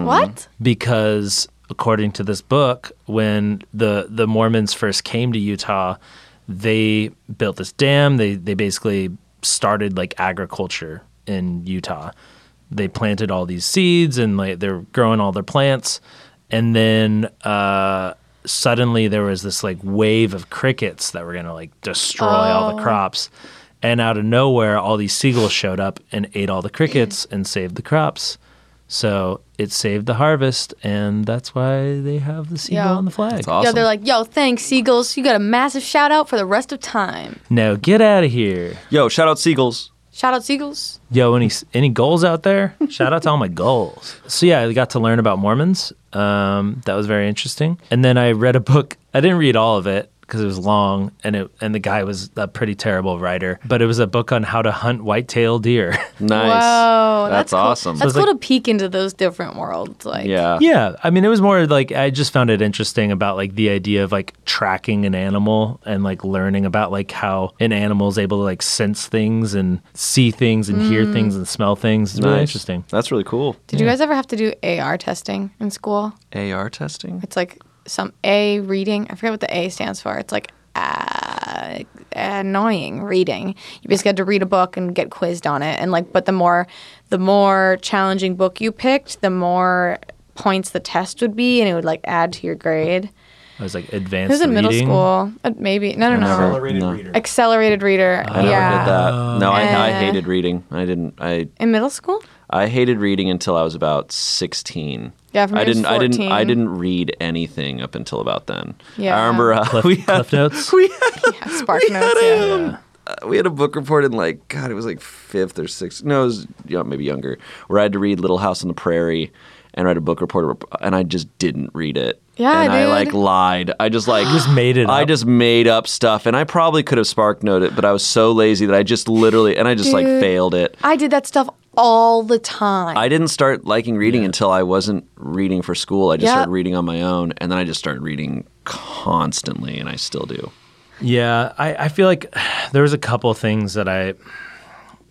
S2: What?
S3: because according to this book, when the the Mormons first came to Utah, they built this dam. They they basically started like agriculture in Utah. They planted all these seeds and like they're growing all their plants, and then uh, suddenly there was this like wave of crickets that were gonna like destroy all the crops. And out of nowhere, all these seagulls showed up and ate all the crickets and saved the crops. So it saved the harvest, and that's why they have the seagull
S2: Yeah.
S3: on the flag.
S4: Awesome.
S2: Yeah, they're like, yo, thanks, Seagulls. You got a massive shout out for the rest of time.
S3: Now get out of here,
S4: Yo, shout out Seagulls.
S2: Shout out, Seagulls.
S3: yo! Any any goals out there? Shout out to all my goals. So yeah, I got to learn about Mormons. Um, that was very interesting. And then I read a book. I didn't read all of it because it was long, and it and the guy was a pretty terrible writer. But it was a book on how to hunt white-tailed deer. *laughs*
S4: Nice.
S2: Whoa,
S4: that's,
S2: cool.
S4: awesome.
S2: That's
S3: So it's
S2: cool to peek into those different worlds. Like,
S4: yeah.
S3: yeah i mean it was more like i just found it interesting about like the idea of like tracking an animal and like learning about like how an animal is able to like sense things and see things and
S2: Mm.
S3: hear things and smell things it's really
S4: Nice.
S3: interesting
S4: That's really cool.
S2: Did you guys ever have to do AR testing in school?
S4: AR testing.
S2: It's like some A reading. I forget what the A stands for. It's like uh, annoying reading. You basically had to read a book and get quizzed on it. And like, but the more the more challenging book you picked, the more points the test would be, and it would like add to your grade.
S3: i was like
S2: It
S3: advanced
S2: was in middle
S3: reading.
S2: school, uh, maybe. No, no, no.
S7: Accelerated reader.
S2: Accelerated reader.
S4: I never
S2: yeah.
S4: did that. No, I, I
S2: Eh.
S4: hated reading. I didn't. I
S2: In middle school?
S4: I hated reading until I was about sixteen.
S2: Yeah, for me
S4: I
S2: it was
S4: didn't. I didn't. I
S2: 14.
S4: didn't read anything up until about then.
S2: Oh, Yeah.
S4: I remember uh, *laughs*
S2: *laughs*
S4: we had
S3: cliff notes
S2: Yeah, Spark Notes. Yeah.
S4: uh, we had a book report in like God, it was like fifth or sixth. No, it was you know, maybe younger. Where I had to read Little House on the Prairie and write a book report, and I just didn't read it.
S2: Yeah,
S4: and I
S2: dude.
S4: like lied. I just like
S3: *gasps* just made it
S4: I
S3: up.
S4: just made up stuff, and I probably could have spark noted it, but I was so lazy that I just literally and I just like
S2: Dude.
S4: failed it.
S2: I did that stuff all the time.
S4: I didn't start liking reading until I wasn't reading for school. I just
S2: Yeah.
S4: started reading on my own, and then I just started reading constantly, and I still do.
S3: Yeah, I, I feel like *sighs* there was a couple things that I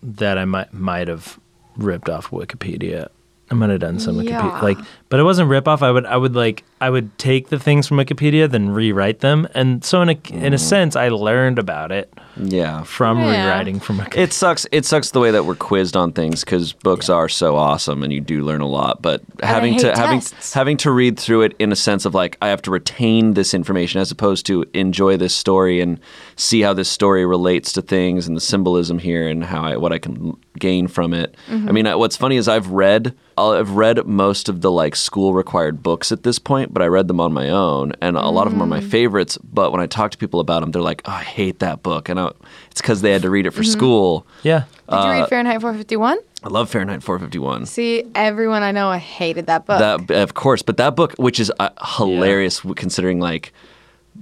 S3: that I might might have ripped off Wikipedia. I might have done some
S2: Yeah.
S3: Wikipedia, like, but it wasn't rip off. I would I would like I would take the things from Wikipedia, then rewrite them, and so in a in a sense, I learned about it
S4: Yeah.
S3: from
S2: Yeah.
S3: rewriting from Wikipedia.
S4: It sucks. It sucks the way that we're quizzed on things because books are so awesome and you do learn a lot. But having
S2: hate
S4: to having
S2: tests.
S4: having to read through it in a sense of like I have to retain this information as opposed to enjoy this story and see how this story relates to things and the symbolism here and how I, what I can gain from it.
S2: Mm-hmm.
S4: I mean, I- what's funny is I've read I've read most of the like school required books at this point, but I read them on my own and a lot of them are my
S2: Mm.
S4: favorites. But when I talk to people about them, they're like, oh, I hate that book, and I, it's because they had to read it for
S2: Mm-hmm.
S4: school.
S3: yeah,
S2: Did you
S4: uh,
S2: read Fahrenheit 451?
S4: I love Fahrenheit 451.
S2: See, everyone I know I hated that book.
S4: That of course, but that book, which is uh, hilarious, w considering like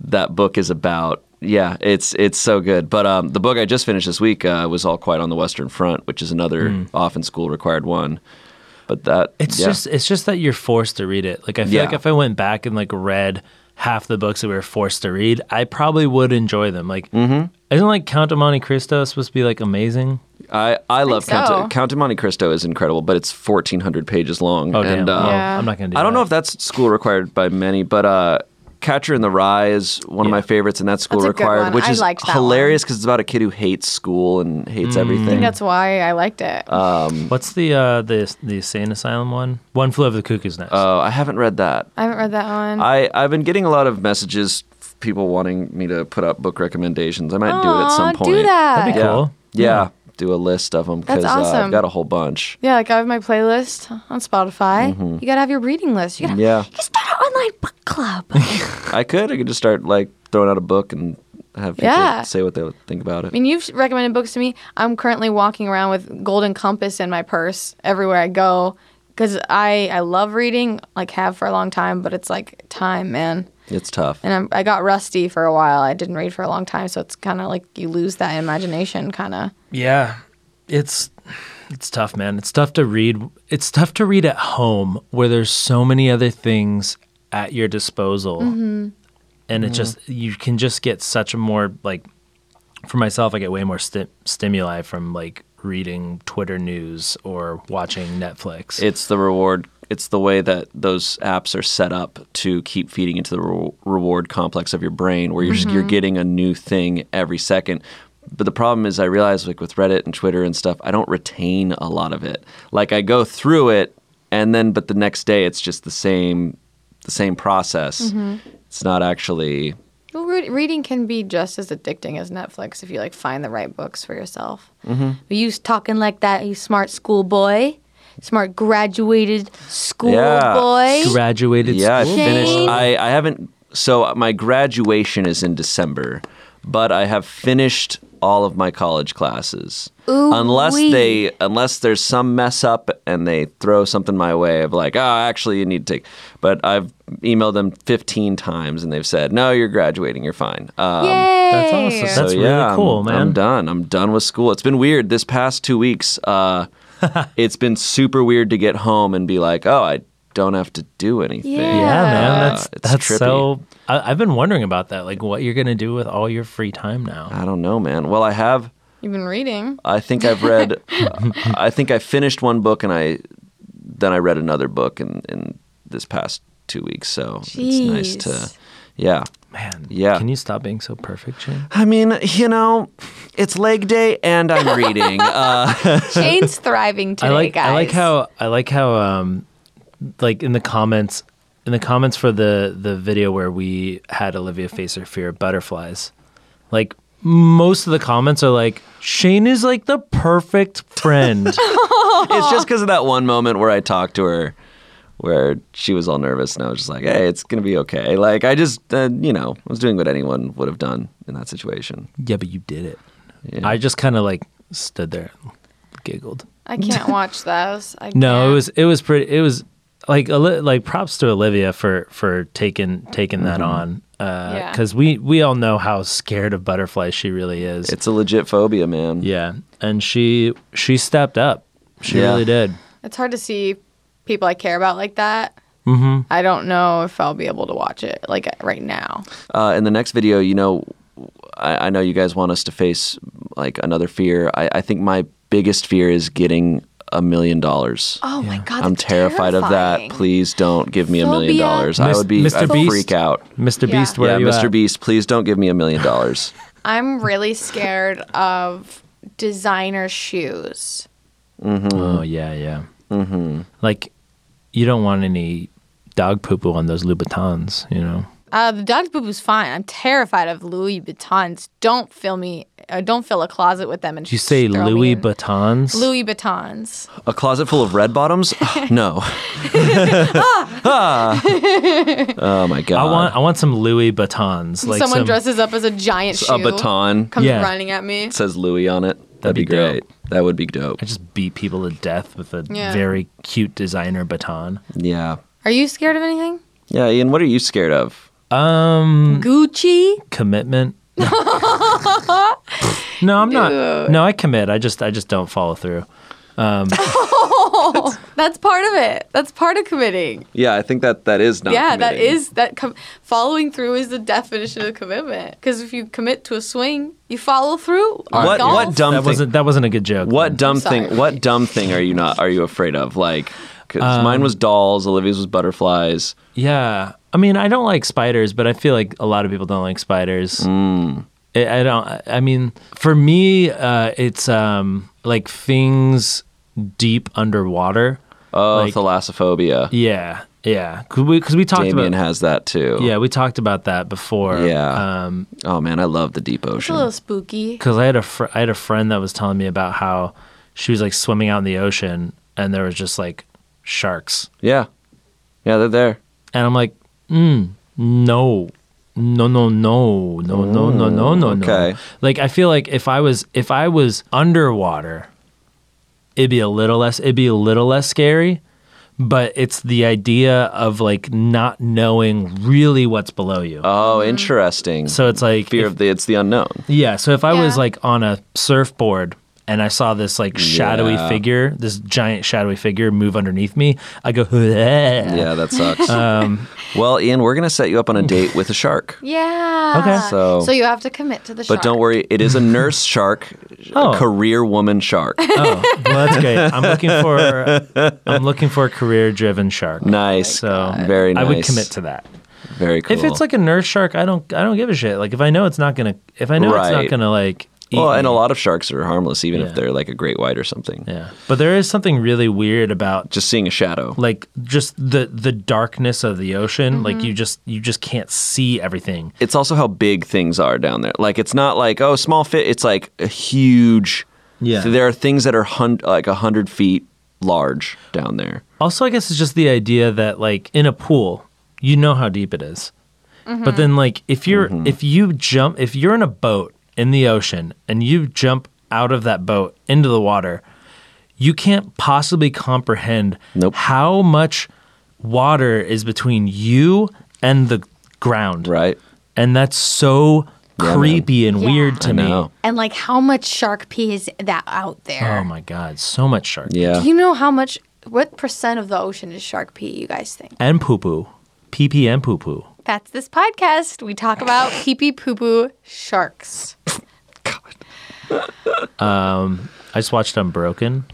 S4: that book is about. Yeah, it's it's so good. But um, the book I just finished this week uh, was All Quiet on the Western Front, which is another
S2: Mm.
S4: often school required one. But that
S3: it's
S4: yeah.
S3: just it's just that you're forced to read it. Like I feel
S4: Yeah.
S3: like if I went back and like read half the books that we were forced to read, I probably would enjoy them. Like, isn't like Count of Monte Cristo supposed to be like amazing?
S4: I I love Count,
S2: so.
S4: Count of Monte Cristo is incredible, but it's fourteen hundred pages long.
S3: Oh,
S4: and
S3: damn.
S4: uh,
S3: Well,
S2: Yeah.
S3: I'm not gonna. Do
S4: I don't
S3: that.
S4: know if that's school required by many, but uh, Catcher in the Rye is one of my favorites, and that's school
S2: That's a good
S4: required,
S2: one.
S4: which
S2: I
S4: is
S2: liked that
S4: hilarious because it's about a kid who hates school and hates everything.
S2: That's why I liked it.
S3: What's the uh the the insane asylum one? One flew over the cuckoo's nest.
S4: Oh, I haven't read that.
S2: I haven't read that one.
S4: I I've been getting a lot of messages, f- people wanting me to put up book recommendations. I might do it at
S2: Aw,
S4: some point.
S2: Do that.
S3: That'd be
S4: Yeah.
S3: Cool.
S4: Yeah. Do a list of them because
S2: That's
S4: I've
S2: awesome.
S4: got a whole bunch.
S2: Yeah, like I have my playlist on Spotify. You gotta have your reading list. You gotta
S4: Mm-hmm. Yeah,
S2: you start an online book club.
S4: *laughs* I could. I could just start like throwing out a book and have people
S2: Yeah.
S4: say what they think about it.
S2: I mean, you've recommended books to me. I'm currently walking around with Golden Compass in my purse everywhere I go because I I love reading, like have for a long time, but it's like time, man.
S4: It's tough.
S2: And I'm, I got rusty for a while. I didn't read for a long time, so it's kind of like you lose that imagination, kind of.
S3: Yeah. It's it's tough, man. It's tough to read. It's tough to read at home where there's so many other things at your disposal. And it just you can just get such a more like for myself I get way more sti- stimuli from like reading Twitter news or watching Netflix.
S4: It's the reward. It's the way that those apps are set up to keep feeding into the re- reward complex of your brain, where you're just, you're getting a new thing every second. But the problem is, I realize like with Reddit and Twitter and stuff, I don't retain a lot of it. Like I go through it, and then but the next day it's just the same, the same process. It's not actually.
S2: Well, re- reading can be just as addicting as Netflix if you like find the right books for yourself. Mm-hmm. You s- talking like that, you smart schoolboy, smart graduated schoolboy.
S3: Graduated
S4: yeah,
S3: school.
S4: I finished.
S2: Shane?
S4: I, I haven't. So my graduation is in December, but I have finished all of my college classes. unless
S2: Ooh-wee.
S4: they, unless there's some mess up and they throw something my way of like, oh, actually you need to take. But I've emailed them 15 times and they've said, no, you're graduating, you're fine. Um,
S3: That's
S2: Yay!
S3: awesome. That's
S4: so,
S3: really
S4: yeah, I'm-
S3: cool,
S4: I'm,
S3: man.
S4: done. I'm done with school. It's been weird this past two weeks.
S3: *laughs*
S4: Uh, it's been super weird to get home and be like, oh, I don't have to do anything.
S3: Yeah, man,
S2: Uh,
S3: that's
S4: it's
S3: that's
S4: trippy.
S3: so. I, I've been wondering about that, like what you're gonna do with all your free time now.
S4: I don't know, man. Well, I have.
S2: You've been
S3: *laughs*
S2: reading.
S4: I think I've read. I think I finished one book, and I then I read another book in in this past two weeks. So it's nice to,
S2: Jeez.
S4: yeah.
S3: Man,
S4: Yeah.
S3: Can you stop being so perfect, Shane?
S4: I mean, you know, it's leg day, and I'm reading. Uh,
S2: Shane's thriving today,
S3: I like
S2: guys.
S3: I like how I like how um like in the comments in the comments for the the video where we had Olivia face her fear of butterflies, like most of the comments are like Shane is like the perfect friend.
S4: it's just because of that one moment where I talked to her, where she was all nervous, and I was just like, "Hey, it's gonna be okay." Like I just, uh, you know, I was doing what anyone would have done in that situation.
S3: yeah, but you did it. I just kind of like stood there, and giggled.
S2: I can't watch those. I
S3: *laughs* No,
S2: can't.
S3: it was it was pretty. It was like Oli- like props to Olivia for for taking taking that on
S2: Yeah.
S3: because we we all know how scared of butterflies she really is.
S4: It's a legit phobia, man.
S3: yeah, and she she stepped up. She
S5: Yeah.
S3: really did.
S2: It's hard to see people I care about like that. Mm-hmm. I don't know if I'll be able to watch it like right now.
S4: Uh, in the next video, you know, I, I know you guys want us to face like another fear. I, I think my biggest fear is getting a million dollars.
S2: Oh my god,
S4: I'm
S2: that's
S4: terrified of
S2: terrifying.
S4: that. Please don't give me a million
S2: Phobia.
S4: dollars. I
S3: Mis-
S4: would be
S3: Mr.
S4: I'd
S3: Beast.
S4: freak out.
S3: Mr.
S2: Yeah.
S3: Beast, where
S4: yeah,
S3: are you
S4: Mr.
S3: at?
S4: Beast, please don't give me a million dollars.
S2: I'm really scared of designer shoes.
S3: Oh yeah, yeah. Mm-hmm. Like, you don't want any dog poo poo on those Louboutins, you know.
S2: Uh, the dog's boo boo's fine. I'm terrified of Louis Vuittons. Don't fill me. Uh, don't fill a closet with them. And
S3: Do you say
S2: throw me
S3: Louis
S2: in.
S3: Batons?
S2: Louis Vuittons.
S4: A closet full of red
S2: *laughs*
S4: bottoms? no. *laughs* Ah. Oh my god.
S3: I want I want some Louis Batons. Like
S2: Someone
S3: some,
S2: dresses up as a giant shoe.
S4: a baton.
S2: comes
S3: Yeah.
S2: running at me.
S4: It says Louis on it.
S3: That'd
S4: That'd, be,
S3: be
S4: great. That would be dope.
S3: I just beat people to death with a
S2: Yeah.
S3: very cute designer baton.
S4: Yeah.
S2: Are you scared of anything?
S4: Yeah, Ian, what are you scared of?
S3: Um,
S2: Gucci.
S3: commitment. no, I'm not. No, I commit. I just I just don't follow through.
S2: That's part of it. That's part of committing.
S4: Yeah, I think that that is not.
S2: yeah, that
S4: committing.
S2: is that com- following through is the definition of commitment. Because if you commit to a swing, you follow through. on
S4: What
S2: golf.
S4: what dumb
S3: That
S4: thing?
S3: wasn't that wasn't a good joke.
S4: What dumb
S2: sorry.
S4: thing? What dumb thing are you not? Are you afraid of? Like, 'cause
S3: Um,
S4: mine was dolls. Olivia's was butterflies.
S3: Yeah, I mean, I don't like spiders, but I feel like a lot of people don't like spiders.
S4: Mm.
S3: I, I don't. I mean, for me, uh, it's um, like things deep underwater.
S4: Oh,
S3: Like-
S4: thalassophobia.
S3: Yeah, yeah. Because we, 'cause we talked
S4: Damien
S3: about
S4: has that too.
S3: yeah, we talked about that before.
S4: Yeah.
S3: Um,
S4: Oh man, I love the deep
S2: It's a
S4: ocean.
S2: little spooky.
S3: because I had a fr- I had a friend that was telling me about how she was like swimming out in the ocean and there was just like sharks,
S4: yeah. Yeah, they're there.
S3: and I'm like, mm, no, no, no, no, no, no, no, no, no, no.
S4: okay.
S3: Like I feel like if I was if I was underwater, it'd be a little less it'd be a little less scary. But it's the idea of like not knowing really what's below you.
S4: Oh,
S2: Mm-hmm.
S4: interesting.
S3: so it's like
S4: fear
S3: if-
S4: of the it's the unknown.
S3: Yeah. So if I was
S2: Yeah.
S3: like on a surfboard and I saw this like shadowy
S4: Yeah.
S3: figure, this giant shadowy figure move underneath me, I go, *laughs* "Oh, yeah.
S4: Yeah, that
S2: *laughs*
S4: sucks.
S3: Um,
S4: well, Ian, we're gonna set you up on a date with a shark.
S2: Yeah.
S3: Okay.
S4: So-
S2: you have to commit to the shark.
S4: But don't worry, it is a nurse shark,
S3: *laughs* Oh.
S4: a career woman shark.
S2: *laughs*
S3: Oh, well, that's great. I'm looking for I'm looking for a career driven
S2: Oh
S3: shark.
S4: nice.
S3: So
S4: very nice.
S3: I would commit to that.
S4: Very cool.
S3: If it's like a nurse shark, I don't I don't give a shit. Like if I know it's not gonna if I know it's
S4: Right.
S3: not gonna like eat
S4: well, and a
S3: me.
S4: lot of sharks are harmless, even
S3: Yeah.
S4: if they're like a great white or something.
S3: Yeah. But there is something really weird about
S4: Just seeing a shadow.
S3: like just the the darkness of the ocean. Like you just you just can't see everything.
S4: It's also how big things are down there. Like it's not like oh small fit. It's like a huge.
S3: Yeah.
S4: There are things that are hun- like a hundred feet large down there.
S3: Also, I guess it's just the idea that like in a pool, you know how deep it is. But then like if you're
S4: Mm-hmm.
S3: if you jump if you're in a boat in the ocean and you jump out of that boat into the water, you can't possibly comprehend
S4: Nope.
S3: how much water is between you and the ground.
S4: Right.
S3: And that's so
S4: man.
S3: creepy and
S2: Yeah.
S3: weird to
S4: I
S3: me.
S4: know.
S2: and like, how much shark pee is that out there?
S3: Oh my god, so much shark.
S4: Yeah.
S2: Do you know how much? What percent of the ocean is shark pee? You guys think?
S3: And poo poo. Pee pee and poo poo.
S2: That's this podcast. We talk about pee pee poo poo sharks.
S3: I just watched Unbroken.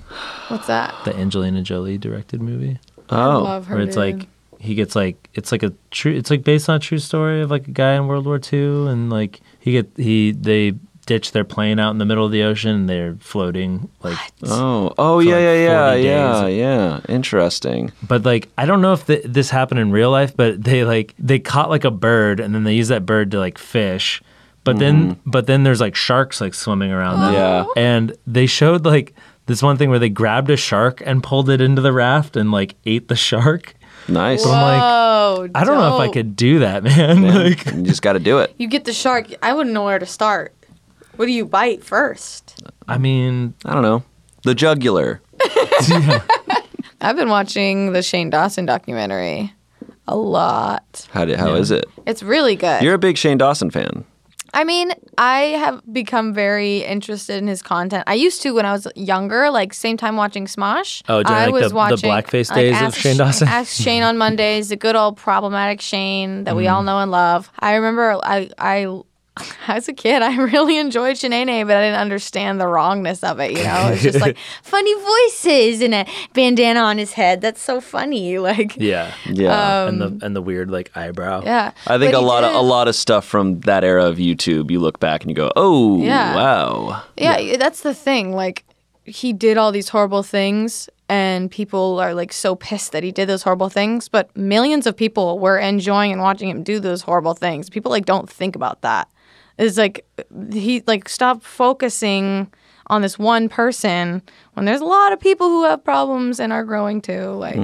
S2: What's that?
S3: the Angelina Jolie directed movie
S4: oh.
S2: Love her.
S3: where it's
S2: dude.
S3: like he gets like it's like a true it's like based on a true story of like a guy in World War II and like he get he they ditch their plane out in the middle of the ocean and they're floating like
S4: Oh, oh yeah,
S3: like,
S4: yeah, yeah,
S3: 40
S4: yeah, yeah. Interesting.
S3: but like I don't know if th- this happened in real life but they like they caught like a bird and then they use that bird to like fish but then but then there's like sharks like swimming around
S2: Oh.
S3: them
S4: Yeah.
S3: and they showed like this one thing where they grabbed a shark and pulled it into the raft and like ate the shark
S4: Nice.
S3: So I'm like,
S2: oh,
S3: I don't know if I
S2: dope.
S3: could do that, *laughs* man. *laughs* Like,
S4: You just got to do it.
S2: You get the shark. I wouldn't know where to start. What do you bite first?
S3: I mean,
S4: I don't know. The jugular.
S2: I've been watching the Shane Dawson documentary a lot.
S4: How did, How is it?
S2: It's really good.
S4: You're a big Shane Dawson fan.
S2: I mean, I have become very interested in his content. I used to when I was younger, like same time watching Smosh.
S3: Oh, during,
S2: I
S3: like, the- the blackface days of
S2: Ask
S3: Shane
S2: Sh-
S3: Dawson?
S2: Ask Shane on Mondays, the good old problematic Shane that we
S3: Mm-hmm.
S2: all know and love. I remember I I *laughs* as a kid, I really enjoyed Shanae, but I didn't understand the wrongness of it. You know, it's
S3: *laughs*
S2: just like funny voices and a bandana on his head. That's so funny. Like,
S3: Yeah.
S4: Yeah.
S3: and the and the weird like eyebrow.
S2: yeah.
S4: I
S2: Um, But
S4: think a
S2: he
S4: lot
S2: did-
S4: of a lot of stuff from that era of YouTube, you look back and you go, "Oh,
S2: Yeah.
S4: wow."
S2: Yeah, that's the thing. Like, he did all these horrible things, and people are like so pissed that he did those horrible things. But millions of people were enjoying and watching him do those horrible things. People like don't think about that. It's like he like stop focusing on this one person when there's a lot of people who have problems and are growing too. Like,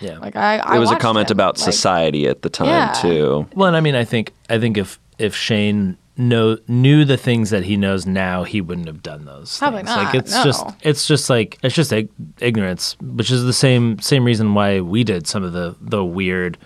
S3: Yeah.
S2: like I, I
S4: It Mm-hmm. was a
S2: watched
S4: comment
S2: him,
S4: about
S2: like-
S4: society at the time
S2: Yeah.
S4: too.
S3: Well, and I mean, I think I think if if Shane know knew the things that he knows now, he wouldn't have done those.
S2: Probably
S3: things.
S2: not,
S3: Like it's
S2: no.
S3: just it's just like it's just ig- ignorance, which is the same same reason why we did some of the the weird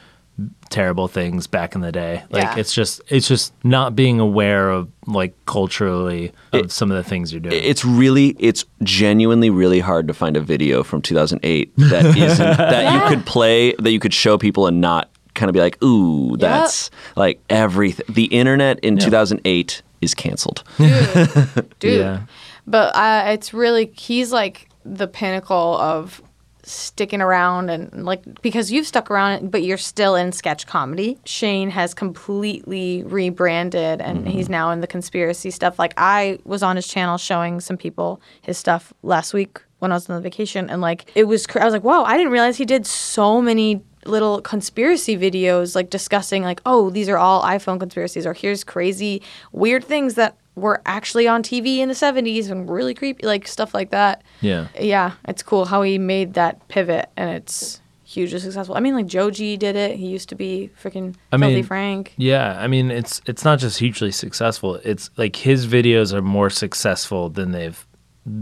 S3: terrible things back in the day like
S2: Yeah.
S3: it's just it's just not being aware of like culturally of some of the things you're doing
S4: It's really it's genuinely really hard to find a video from 2008 that isn't that you could play that you could show people and not kind of be like, "Ooh, that's like everything." The internet in 2008 is canceled.
S2: dude.
S3: Yeah.
S2: But uh, it's really he's like the pinnacle of sticking around and like because you've stuck around but you're still in sketch comedy. Shane has completely rebranded and he's now in the conspiracy stuff. Like I was on his channel showing some people his stuff last week when I was on vacation and like it was cr- I was like, "Wow, I didn't realize he did so many little conspiracy videos like discussing like oh these are all iphone conspiracies or here's crazy weird things that were actually on tv in the 70s and really creepy like stuff like that
S3: yeah
S2: yeah it's cool how he made that pivot and it's hugely successful i mean like joji did it he used to be freaking
S3: I
S2: filthy
S3: mean,
S2: frank
S3: Yeah, I mean it's it's not just hugely successful. It's like his videos are more successful than they've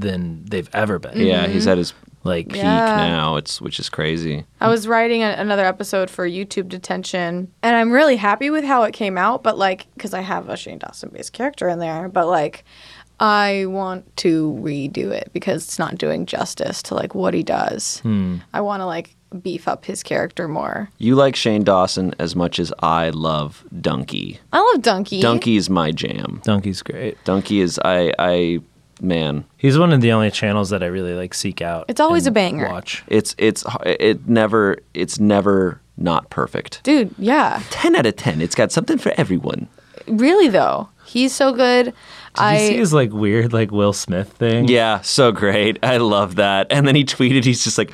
S3: than they've ever been.
S4: Yeah, he's at his
S3: Like
S4: peak
S2: Mm-hmm. Yeah.
S4: now. It's which is crazy.
S2: I was writing a, another episode for YouTube Detention, and I'm really happy with how it came out. But like, because I have a Shane Dawson based character in there, but like, I want to redo it because it's not doing justice to like what he does.
S3: Hmm.
S2: I want to like beef up his character more.
S4: You like Shane Dawson as much as I love Donkey.
S2: I love Donkey.
S4: Donkey's my jam.
S3: Donkey's great.
S4: Donkey is I I man.
S3: He's one of the only channels that I really like seek out.
S2: It's always
S3: and
S2: a banger.
S3: Watch.
S4: It's it's it never it's never not perfect.
S2: Dude, yeah.
S4: Ten out of ten. It's got something for everyone.
S2: Really though, he's so good.
S3: Did
S2: I
S3: you see his like weird like Will Smith thing?
S4: Yeah, so great. I love that. And then he tweeted. He's just like.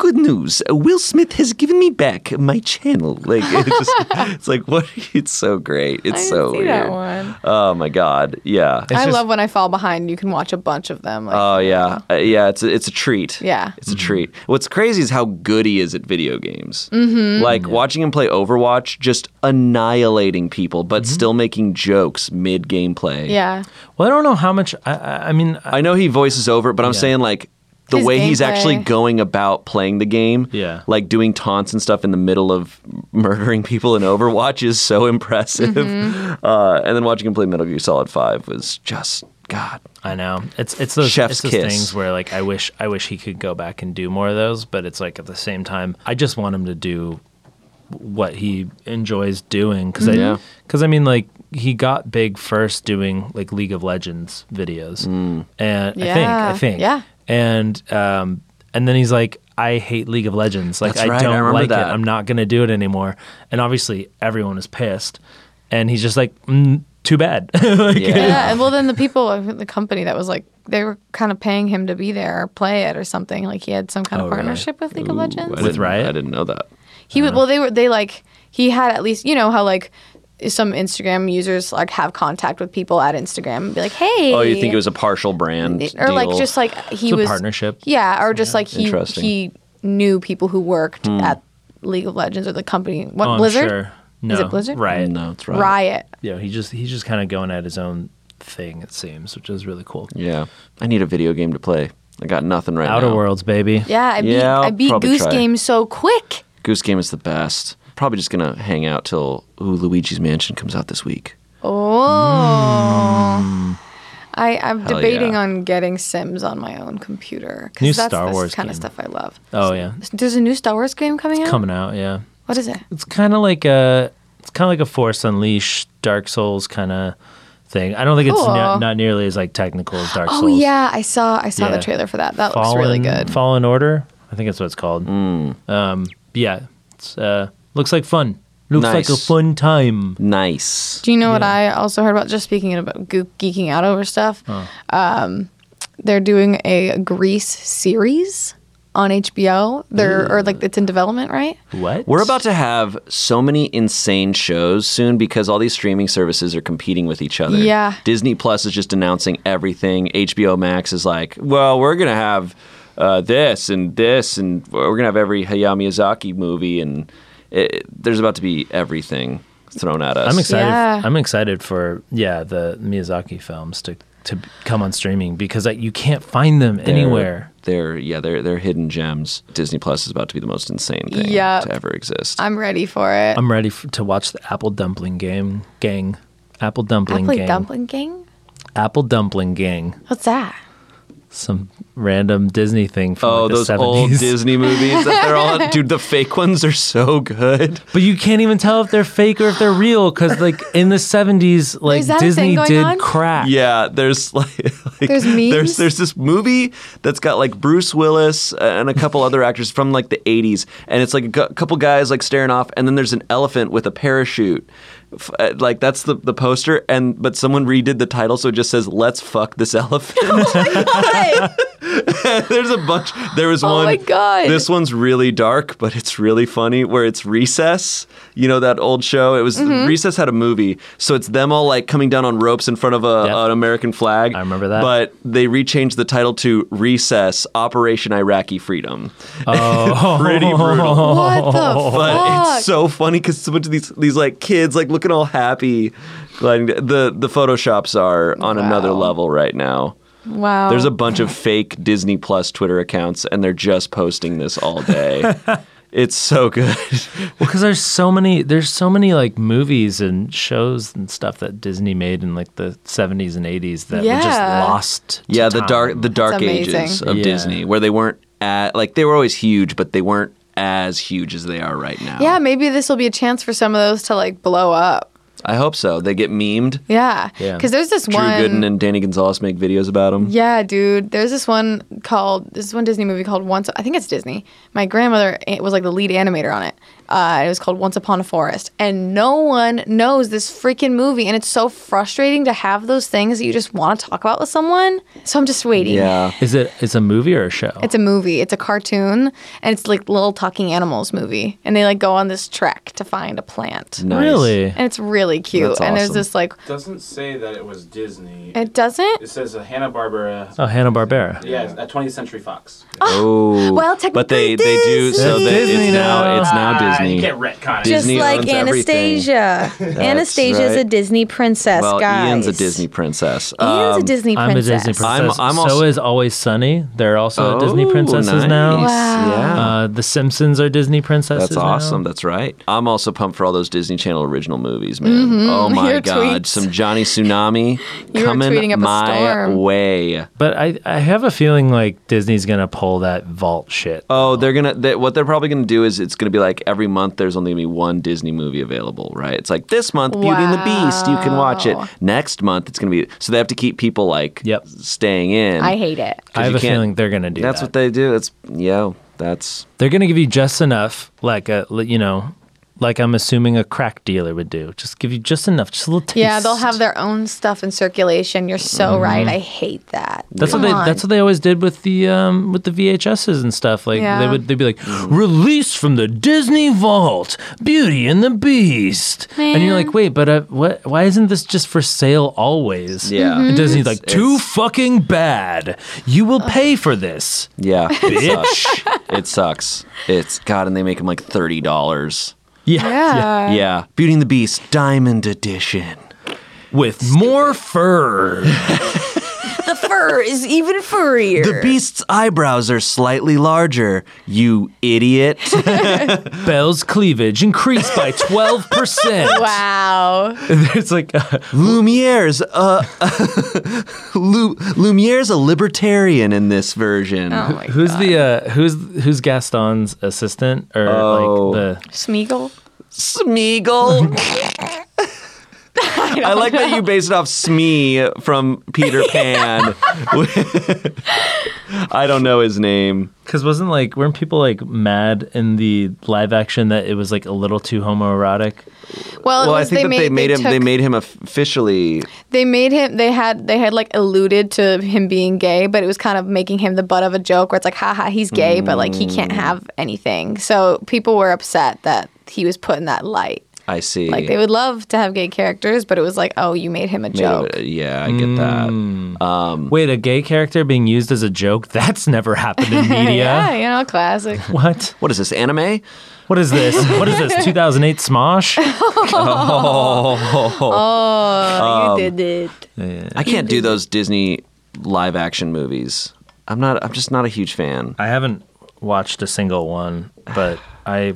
S4: Good news! Will Smith has given me back my channel. Like
S2: *laughs*
S4: it's just, it's like what? It's so great. It's
S2: I didn't
S4: so
S2: see
S4: weird.
S2: that one.
S4: Oh my god! Yeah.
S2: I
S3: just-
S2: love when I fall behind. You can watch a bunch of them. Like,
S4: Oh yeah, uh, yeah. It's a, it's a treat.
S2: Yeah.
S4: it's a treat. What's crazy is how good he is at video games. Mm-hmm. Like watching him play Overwatch, just annihilating people, but
S3: Mm-hmm.
S4: still making jokes mid gameplay. *laughs*
S2: yeah.
S3: Well, I don't know how much. I I, I mean, I,
S4: I know he voices over, it, but I'm saying like the
S2: His
S4: way he's actually
S2: gameplay.
S4: going about playing the game,
S3: Yeah.
S4: like doing taunts and stuff in the middle of murdering people in Overwatch is so *laughs* impressive.
S2: Mm-hmm.
S4: Uh, and then watching him play Metal Gear Solid Five was just God.
S3: I know it's it's those,
S4: Chef's
S3: it's those
S4: kiss.
S3: things where like I wish I wish he could go back and do more of those, but it's like at the same time I just want him to do what he enjoys doing because
S4: Mm-hmm. Yeah.
S3: I because I mean like he got big first doing like League of Legends videos
S4: Mm.
S3: and I think
S2: Yeah.
S3: I think
S2: Yeah.
S3: and um and then he's like I hate League of Legends like
S4: That's
S3: I
S4: right, I
S3: don't
S4: remember
S3: like
S4: that.
S3: it I'm not gonna do it anymore and obviously everyone is pissed and he's just like mm, too bad *laughs* Like,
S2: Yeah, and well, then the people of the company that was like they were kind of paying him to be there or play it or something. Like he had some kind
S3: Oh,
S2: of
S3: really?
S2: partnership with League of
S4: I
S2: Legends.
S4: didn't-
S3: Riot?
S4: I didn't know that.
S2: He would. Well, they were. They like he had at least you know how like some Instagram users like have contact with people at Instagram and be like, hey.
S4: Oh, you think it was a partial brand?
S2: or like
S4: deal?
S2: just like he
S3: It's a
S2: was
S3: partnership.
S2: Yeah, or just like he
S4: Interesting.
S2: he knew people who worked at League of Legends or the company. What
S3: Hmm. Oh, I'm
S2: Blizzard?
S3: sure. No,
S2: Is it Blizzard?
S3: Right.
S4: no, it's right.
S2: Riot.
S3: you know, he just he's just kind of going at his own thing. It seems, which is really cool.
S4: Yeah, I need a video game to play. I got nothing right
S3: Outer
S4: now.
S3: Worlds, baby.
S2: Yeah, I beat
S4: Yeah, I'll
S2: I beat
S4: probably
S2: Goose
S4: try.
S2: Game so quick.
S4: Goose Game is the best. Probably just gonna hang out till ooh, Luigi's Mansion comes out this week.
S2: Oh. I, I'm
S4: Hell
S2: debating
S4: yeah.
S2: on getting Sims on my own computer. 'cause
S3: New
S2: that's
S3: Star
S2: the
S3: Wars
S2: kind of
S3: game.
S2: stuff I love.
S3: Oh yeah,
S2: There's a new Star Wars game coming out?
S3: coming out. Yeah,
S2: What is it?
S3: it's kind of like a it's kind of like a Force Unleashed, Dark Souls kind of thing. I don't think it's
S2: Cool.
S3: ne- not nearly as like technical as Dark
S2: Oh
S3: Souls.
S2: yeah, I saw I saw
S3: Yeah.
S2: the trailer for that. That
S3: Fallen,
S2: looks really good.
S3: Fallen Order, I think that's what it's called.
S4: Mm.
S3: Um, yeah, it's uh, looks like fun. Looks like a
S4: Nice.
S3: fun time.
S4: Nice.
S2: Do you know what I also heard about? Just speaking about goo- geeking out over stuff, um, they're doing a Grease series on HBO. They're or like it's in development, right?
S3: What?
S4: We're about to have so many insane shows soon because all these streaming services are competing with each other.
S2: Yeah.
S4: Disney Plus is just announcing everything. HBO Max is like, well, we're going to have uh, this and this, and we're going to have every Hayao Miyazaki movie, and it, there's about to be everything thrown at us.
S3: I'm excited.
S2: Yeah.
S3: I'm excited for yeah the Miyazaki films to to come on streaming because like, you can't find them
S4: They're-
S3: anywhere.
S4: They're, yeah, they're, they're hidden gems. Disney Plus is about to be the most insane thing
S2: Yep.
S4: to ever exist.
S2: I'm ready for it.
S3: I'm ready f to watch the Apple Dumpling Game Gang. Apple Dumpling
S2: Apple
S3: Gang.
S2: Dumpling Gang.
S3: Apple Dumpling Gang.
S2: What's that?
S3: Some random Disney thing from
S4: Oh,
S3: like, the
S4: those
S3: 70s.
S4: old Disney movies that they're all dude. The fake ones are so good.
S3: *laughs* But you can't even tell if they're fake or if they're real because like in the 70s, like
S2: Is that a thing
S3: Disney
S2: going
S3: did
S2: on?
S3: crack.
S4: Yeah, there's *laughs* like, like-
S2: There's memes?
S4: There's there's this movie that's got like Bruce Willis and a couple other actors from like the 80s, and it's like a cou- couple guys like staring off, and then there's an elephant with a parachute. F- uh, Like that's the the poster, and but someone redid the title, so it just says "Let's fuck this *laughs*
S2: Oh
S4: elephant." *laughs* there's a bunch. There was
S2: Oh
S4: one.
S2: my God.
S4: This one's really dark, but it's really funny. Where it's Recess, you know that old show. It was
S3: Mm-hmm.
S4: Recess had a movie, so it's them all like coming down on ropes in front of a,
S3: Yep.
S4: an American flag.
S3: I remember that.
S4: But they rechanged the title to Recess: Operation Iraqi Freedom.
S3: *laughs* Oh.
S4: Pretty
S3: *laughs*
S4: brutal.
S2: What the
S4: But
S2: fuck?
S4: it's so funny because so much of these these like kids like looking all happy. Like the the photoshops are on another
S2: Wow.
S4: level right now.
S2: wow.
S4: There's a bunch of fake Disney Plus Twitter accounts, and they're just posting this
S3: *laughs*
S4: all day. it's so good.
S3: because there's so many there's so many like movies and shows and stuff that Disney made in like the 70s and 80s that were just
S2: Yeah.
S3: lost. to
S4: yeah, the
S3: time.
S4: dark the dark
S2: amazing.
S4: ages of
S3: Yeah.
S4: Disney, where they weren't at like they were always huge, but they weren't as huge as they are right now.
S2: yeah, maybe this will be a chance for some of those to like blow up.
S4: I hope so. They get memed.
S2: Yeah,
S3: Yeah.
S2: because there's this
S4: Drew
S2: one.
S4: Gooden and Danny Gonzalez make videos about them.
S2: Yeah, dude. There's this one called this is one Disney movie called Once. I think it's Disney. My grandmother a- was like the lead animator on it. Uh, it was called Once Upon a Forest, and no one knows this freaking movie, and it's so frustrating to have those things that you just want to talk about with someone. So I'm just waiting.
S4: Yeah.
S3: Is it it's a movie or a show?
S2: It's a movie. It's a cartoon, and it's like little talking animals movie, and they like go on this trek to find a plant,
S4: Nice.
S3: really?
S2: and it's really cute.
S4: That's
S2: And there's
S4: awesome.
S2: this like
S7: doesn't say that it was Disney.
S2: it doesn't.
S7: It says a Hanna Barbera.
S3: Oh, Hanna Barbera.
S7: Yeah, a 20th Century Fox.
S4: Oh.
S1: Well,
S4: but they they do so
S3: Disney.
S4: they,
S3: Disney
S4: it's now
S3: now.
S4: it's now Disney.
S7: Ah, You can't retcon it.
S1: Just
S4: Disney
S1: like
S4: owns everything. *laughs*
S1: Anastasia. Anastasia's
S4: right.
S1: a Disney princess,
S4: well,
S1: guys.
S4: Ian's a um, Disney princess.
S1: Ian's a Disney
S3: I'm a
S1: princess.
S3: Disney princess.
S4: I'm- I'm also-
S3: so is Always Sunny. They're also
S4: Oh,
S3: Disney princesses now.
S4: nice.
S2: Wow.
S4: Yeah.
S3: Uh, the Simpsons are Disney princesses.
S4: That's awesome.
S3: Now.
S4: That's right. I'm also pumped for all those Disney Channel original movies,
S2: *laughs*
S4: man. Oh my
S2: Mm-hmm. Your
S4: God,
S2: tweets.
S4: some
S2: *laughs*
S4: Johnny Tsunami
S2: were
S4: coming
S2: tweeting up a
S4: my
S2: storm.
S4: way.
S3: But I, I have a feeling like Disney's gonna pull that vault shit.
S4: Oh, they're gonna. They, what they're probably gonna do is it's gonna be like every month there's only gonna be one Disney movie available, right? It's like this month Beauty and the Beast, you can watch it. Next month it's gonna be. So they have to keep people like
S3: Yep.
S4: staying in.
S1: I hate it.
S4: 'cause
S3: I have
S4: you
S3: a
S4: can't-
S3: feeling they're gonna do
S4: That's
S3: that.
S4: what they do. It's yeah. That's
S3: They're gonna give you just enough, like a you know, like I'm assuming a crack dealer would do. Just give you just enough, just a little taste.
S2: Yeah, they'll have their own stuff in circulation. You're so right. I hate that.
S3: That's
S2: Come
S3: what they.
S2: on.
S3: That's what they always did with the um with the VHSs and stuff. Like they
S2: Yeah.
S3: would. They'd be like, "Release from the Disney Vault, Beauty and the Beast," and you're like, "Wait, but uh, what? Why isn't this just for sale always?"
S4: Yeah.
S2: Mm-hmm.
S4: Mhm.
S3: and Disney's
S4: It's-
S3: like, "Too
S4: it's-
S3: fucking bad. You will pay for this."
S4: yeah.
S3: *laughs*
S4: It sucks. it sucks. It's God, and they make them like thirty dollars.
S3: Yeah,
S2: *laughs* Yeah.
S4: yeah. Beauty and the Beast, Diamond Edition.
S3: with more fur.
S1: The fur is even furrier.
S5: The beast's eyebrows are slightly larger. You
S2: *laughs*
S5: idiot.
S3: Bell's cleavage increased by 12%.
S2: Wow.
S3: There's like, uh,
S5: Lumiere's
S4: *laughs*
S5: uh, Lu- Lumiere's a libertarian in this version.
S2: Oh my
S3: who's the, uh, who's, who's Gaston's assistant or
S4: Oh.
S3: like the,
S2: Smeagol? *laughs*
S4: Smeagol. I, like that you based it off Smee from
S2: *laughs*
S4: Peter Pan. *laughs* I don't know his name.
S3: cause wasn't like, weren't people like mad in the live action that it was like a little too homoerotic?
S2: Well, it
S4: Well, I
S2: was
S4: think
S2: Oh, they
S4: that
S2: made,
S4: they made him. They
S2: took-
S4: made him officially.
S2: They made him. They had. They had like alluded to him being gay, but it was kind of making him the butt of a joke, where it's like, haha, he's gay, but like he can't have anything. So people were upset that he was put in that light.
S4: I see.
S2: Like they would love to have gay characters, but it was like, oh, you made him a
S4: Made him-
S2: joke.
S4: Yeah, I get that.
S3: Wait, a gay character being used as a joke? That's never
S2: *laughs*
S3: happened in media.
S2: Yeah, you know, classic.
S3: What?
S4: What is this anime?
S3: What is this? What is
S2: *laughs*
S3: this? 2008 Smosh?
S2: Oh, you did it.
S4: I can't do those Disney live action movies. I'm not. I'm just not a huge fan.
S3: I haven't watched a single one, but I.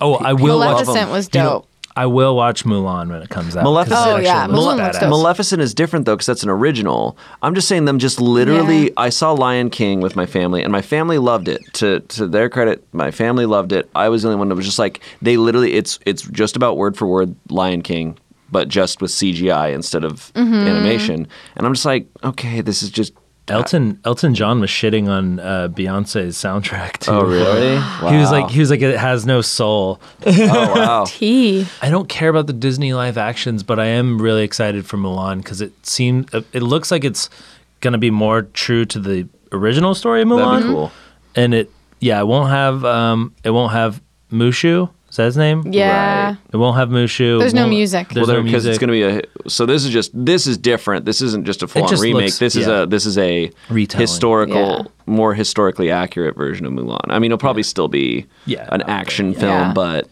S3: Oh, I will watch.
S2: Maleficent was
S3: You know,
S2: dope.
S3: I will watch Mulan when it comes out. 'cause it
S4: Maleficent-
S2: Oh, yeah,
S3: actually looks
S2: Mulan looks
S3: badass.
S2: dope.
S4: Maleficent is different though because that's an original. I'm just saying them just literally. I saw Lion King with my family, and my family loved it. To to their credit, my family loved it. I was the only one that was just like they literally. It's it's just about word for word Lion King, but just with CGI instead of
S3: Mm-hmm.
S4: animation. And I'm just like, okay, this is just.
S3: Elton Elton John was shitting on uh, Beyonce's soundtrack too.
S4: Oh really?
S3: *laughs* He was
S4: *sighs* Wow.
S3: like, he was like, it has no soul.
S4: oh
S3: *laughs*
S4: wow.
S2: T.
S3: I don't care about the Disney live actions, but I am really excited for Mulan because it seems it looks like it's gonna be more true to the original story of Mulan.
S4: That'd be cool.
S3: And it, yeah, it won't have um, it won't have Mushu. Is that his name?
S2: Yeah.
S4: Right.
S3: It won't have Mushu.
S2: There's
S3: It
S2: no
S3: won't-
S2: music.
S3: There's
S4: well,
S3: no
S4: because
S3: music.
S4: it's going to be a. So this is just this is different. This isn't just a full on
S3: just
S4: remake.
S3: looks-
S4: this is
S3: yeah.
S4: a this is a
S3: Retelling.
S4: historical,
S2: Yeah.
S4: more historically accurate version of Mulan. I mean, it'll probably still be
S3: Yeah,
S4: an
S3: I would
S4: action film,
S2: Yeah.
S4: but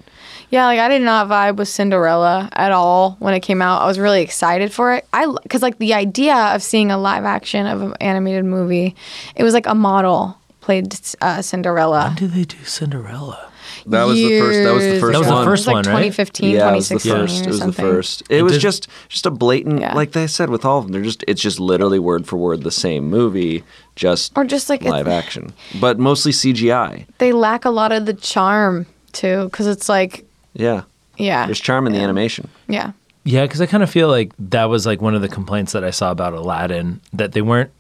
S2: Yeah, like I did not vibe with Cinderella at all when it came out. I was really excited for it. I because like the idea of seeing a live action of an animated movie, it was like a model played uh, Cinderella.
S3: Did they do Cinderella?
S4: that was the first. That was the
S2: Years
S4: first
S3: That was the
S4: one.
S2: ago. It
S3: first
S2: was like
S3: one, right?
S2: 2015,
S4: yeah, it was the
S2: 2016
S4: first. It
S2: or
S4: was the
S2: something.
S4: first. It, was
S3: did-
S4: just just a blatant,
S2: Yeah.
S4: like they said with all of them. They're just it's just literally word for word the same movie, just
S2: Or just, like, it's-
S4: live action, but mostly CGI.
S2: They lack a lot of the charm too, because it's like
S4: Yeah,
S2: yeah,
S4: there's charm in the animation.
S2: yeah.
S3: Yeah, because I kind of feel like that was like one of the complaints that I saw about Aladdin that they weren't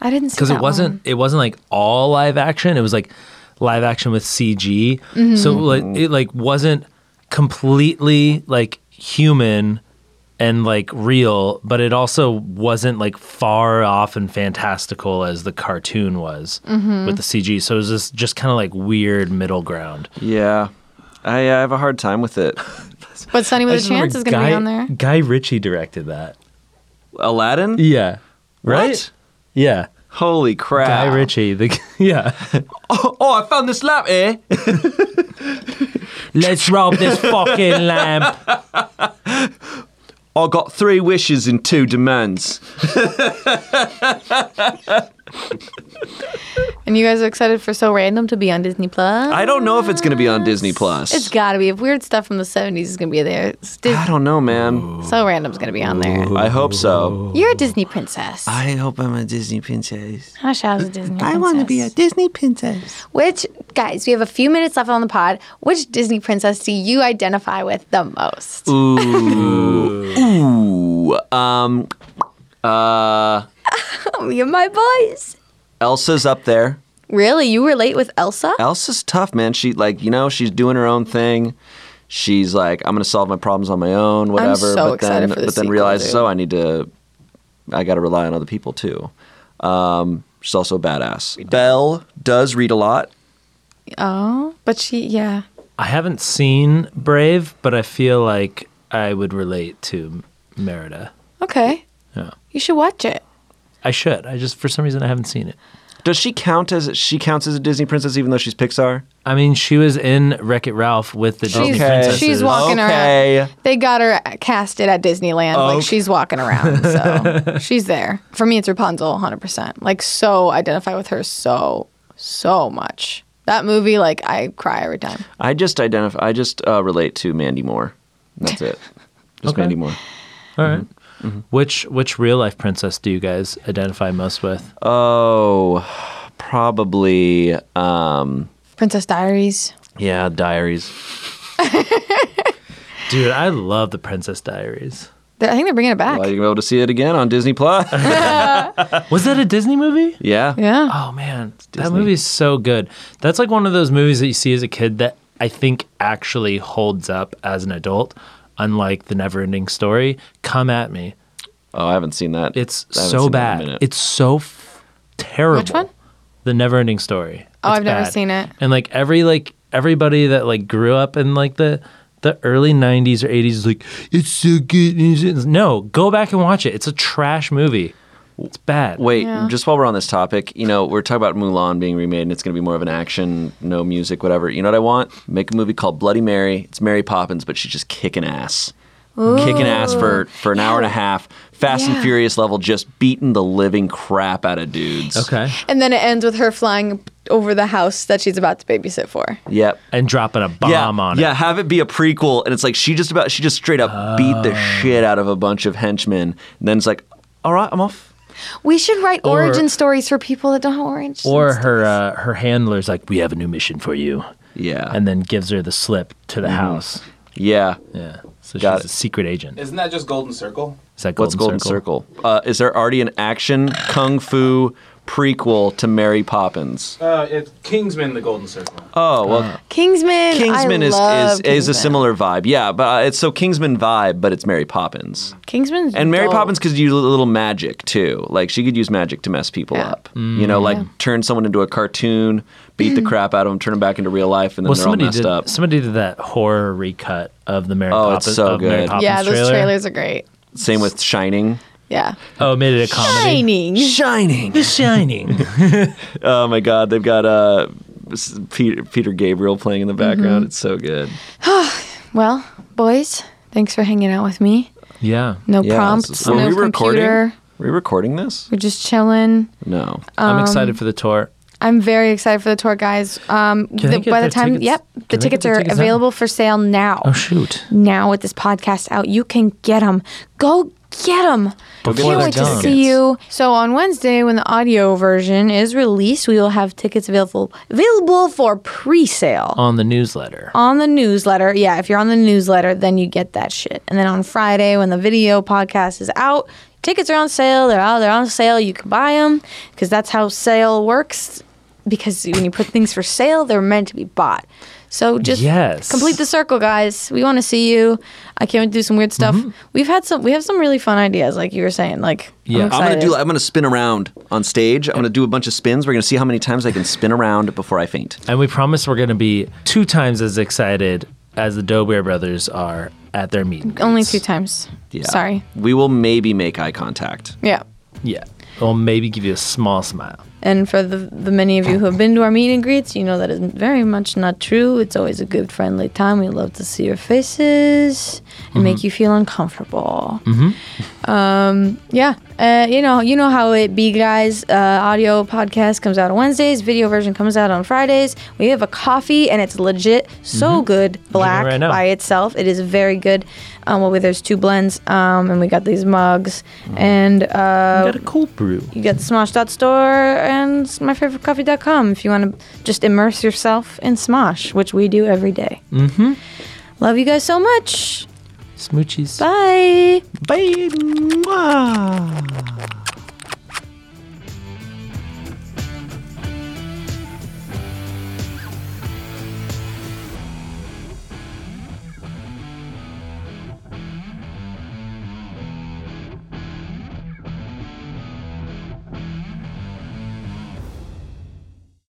S2: I didn't see
S3: because
S2: that
S3: it wasn't
S2: one.
S3: it wasn't like all live action. It was like live action with CG,
S2: Mm-hmm.
S3: so like it like wasn't completely like human and like real, but it also wasn't like far off and fantastical as the cartoon was
S2: Mm-hmm.
S3: with the CG. So it was just just kind of like weird middle ground.
S4: Yeah, I, I have a hard time with it.
S2: But Sunny
S3: I
S2: with a
S3: just remember
S2: Chance is gonna
S3: Guy,
S2: be on there.
S3: Guy Ritchie directed that.
S4: Aladdin?
S3: Yeah. Right?
S4: What?
S3: Yeah.
S4: Holy crap.
S3: Guy Ritchie. The *laughs* yeah.
S4: Oh, I found this lamp eh?
S3: *laughs* Let's rob this fucking lamp.
S4: I got three wishes and two demands.
S2: And you guys are excited for So Random to be on Disney Plus.
S4: I don't know if it's going to be on Disney Plus.
S2: It's gotta be. If weird stuff from the 70s is gonna be there, it's Dis-
S4: I don't know, man.
S2: So Random's gonna be on there.
S4: I hope so.
S2: You're a Disney princess.
S5: I hope I'm a Disney princess.
S2: Hush, I was a Disney princess.
S5: I want to be a Disney princess.
S2: Which, guys, we have a few minutes left on the pod. Which Disney princess do you identify with the most?
S4: Ooh. Um, uh,
S2: Me and my boys.
S4: Elsa's up there.
S2: Really? You relate with Elsa?
S4: Elsa's tough, man. She, like, you know, she's doing her own thing. She's like, I'm going to solve my problems on my own, whatever.
S2: so
S4: but
S2: excited
S4: then,
S2: for the
S4: But then
S2: sequel,
S4: realizes,
S2: dude.
S4: oh, I need to, I got to rely on other people too. Um, she's also a badass. Belle does read a lot.
S2: Oh, but she, yeah.
S3: I haven't seen Brave, but I feel like I would relate to Merida.
S2: Okay.
S3: Yeah.
S2: You should watch it.
S3: I should. I just for some reason I haven't seen it.
S4: Does she count as she counts as a Disney princess even though she's Pixar?
S3: I mean, she was in Wreck It Ralph with the Disney
S2: She's,
S3: princesses.
S2: she's walking
S4: Okay.
S2: around. They got her casted at Disneyland. Like she's walking around. So
S4: *laughs*
S2: she's there. For me, it's Rapunzel 100%. Like so identify with her so, so much. That movie, like I cry every time.
S4: I just identify. I just uh, relate to Mandy Moore.
S2: *laughs*
S4: That's it. Just Mandy Moore.
S3: All right. Which which real life princess do you guys identify most with?
S4: Oh, probably. Um,
S2: Princess Diaries.
S4: yeah, Diaries.
S3: *laughs* Dude, I love the Princess Diaries.
S2: They- I think they're bringing it back.
S4: Well, you're gonna be able to see it again on Disney Plus. *laughs*
S3: Was that a Disney movie?
S4: yeah.
S2: yeah.
S3: Oh man, that movie is so good. That's like one of those movies that you see as a kid that I think actually holds up as an adult, unlike the Neverending Story. Come at me,
S4: Oh, I haven't seen that.
S3: it's
S4: I haven't
S3: so
S4: seen that in a
S3: bad.
S4: minute.
S3: It's so f- terrible.
S2: Which one?
S3: The Neverending Story.
S2: Oh,
S3: It's
S2: I've never
S3: bad.
S2: seen it.
S3: And like every like everybody that like grew up in like the the early '90s or '80s is like it's so good. It's- No, go back and watch it. It's a trash movie. It's bad.
S4: Wait, just while we're on this topic, you know, we're talking about Mulan being remade and it's going to be more of an action, no music, whatever. You know what I want? Make a movie called Bloody Mary. It's Mary Poppins, but she's just kicking ass. Kicking ass for, for an hour and a half. Fast and
S2: Yeah.
S4: Furious level, just beating the living crap out of dudes.
S3: Okay.
S2: And then it ends with her flying over the house that she's about to babysit for.
S4: Yep.
S3: And dropping a bomb
S4: yeah,
S3: on
S4: yeah,
S3: it.
S4: have it be a prequel, and it's like she just about she just straight up beat the
S3: Oh.
S4: shit out of a bunch of henchmen. And then it's like, all right, I'm off.
S2: We should write
S3: Or-
S2: origin stories for people that don't have origin
S3: Or
S2: stories.
S3: her uh, her handler's like, "We have a new mission for you,"
S4: Yeah,
S3: and then gives her the slip to the house.
S4: yeah.
S3: Yeah. So
S4: Got
S3: she's
S4: it.
S3: a secret agent. Is
S7: Isn't that just Golden Circle?
S3: that
S4: What's Golden Circle? Uh, is there already an action kung fu prequel to Mary Poppins?
S7: Uh, it's Kingsman, the Golden Circle.
S4: Oh well,
S2: Uh. Kingsman.
S4: Kingsman
S2: I
S4: is
S2: love
S4: is, is a
S2: Kingsman.
S4: similar vibe. Yeah, but uh, it's so Kingsman vibe, but it's Mary Poppins.
S2: Kingsman's
S4: And Mary
S2: dope.
S4: Poppins could use a little magic too. Like she could use magic to mess people
S2: Yeah. Mm.
S4: up. you know, like turn someone into a cartoon, beat the crap out of them, turn them back into real life, and then
S3: Well,
S4: they're all
S3: somebody
S4: messed
S3: did.
S4: up.
S3: Somebody did that horror recut of the Mary
S4: Oh, it's
S3: Poppins.
S4: so
S3: of Mary
S4: good.
S3: Poppins
S2: Yeah, those
S3: trailer.
S2: trailers are great.
S4: Same with Shining.
S2: Yeah.
S3: Oh, it made it a comedy.
S2: Shining.
S4: Shining.
S3: The Shining. *laughs*
S4: Oh my God, they've got uh, s- Peter Peter Gabriel playing in the
S2: Mm-hmm.
S4: background. It's so good.
S2: Well, boys, thanks for hanging out with me.
S3: yeah.
S2: No
S4: Yeah, this
S2: prompts,
S4: is- were
S2: no
S4: we recording?
S2: computer.
S4: Are we recording this?
S2: We're just chilling.
S4: No.
S2: um,
S3: I'm excited for the tour.
S2: I'm very excited for the tour, guys. Um,
S3: Can I
S2: the-
S3: get
S2: by the
S3: the
S2: time,
S3: tickets?
S2: yep,
S3: Can
S2: the
S3: I get
S2: tickets
S3: the
S2: are
S3: tickets out?
S2: available for sale now.
S3: Oh shoot!
S2: now with this podcast out, you can get them. Go get them.
S3: Before
S2: Can't
S3: they're
S2: wait
S3: done.
S2: to see you. So on Wednesday, when the audio version is released, we will have tickets available available for pre-sale
S3: On the newsletter.
S2: on the newsletter. Yeah, if you're on the newsletter, then you get that shit. And then on Friday, when the video podcast is out, tickets are on sale. They're out. They're on sale. You can buy them because that's how sale works. Because when you put things for sale, they're meant to be bought. So just
S3: Yes.
S2: complete the circle, guys. We want to see you. I can't wait to do some weird stuff.
S3: Mm-hmm.
S2: We've had some. We have some really fun ideas, like you were saying. Like
S3: Yeah.
S2: I'm,
S3: I'm
S4: I'm
S2: excited.
S4: gonna do. I'm gonna spin around on stage. I'm gonna do a bunch of spins. We're gonna see how many times I can spin around before I faint.
S3: And we promise we're going to be two times as excited as the Doughbear Brothers are at their meet. and
S2: only
S3: greets.
S2: two times. Sorry.
S4: We will maybe make eye contact.
S2: Yeah.
S3: Yeah. We'll maybe give you a small smile.
S2: And for the, the many of you who have been to our meet and greets, you know that is very much not true. It's always a good, friendly time. We love to see your faces and
S3: Mm-hmm.
S2: make you feel uncomfortable. Um, yeah, uh, you know, you know how it be, guys. Uh, audio podcast comes out on Wednesdays. Video version comes out on Fridays. We have a coffee, and it's legit so good, black
S3: Mm-hmm. right now.
S2: by itself. It is very good. Um, well, there's two blends, um, and we got these mugs,
S3: Mm-hmm.
S2: and uh,
S3: Got a cold brew.
S2: you get Smosh.store and myfavoritecoffee.com if you want to just immerse yourself in Smosh, which we do every day. Mm-hmm. Love you guys so much.
S3: Smoochies.
S2: Bye.
S4: Bye. Mwah.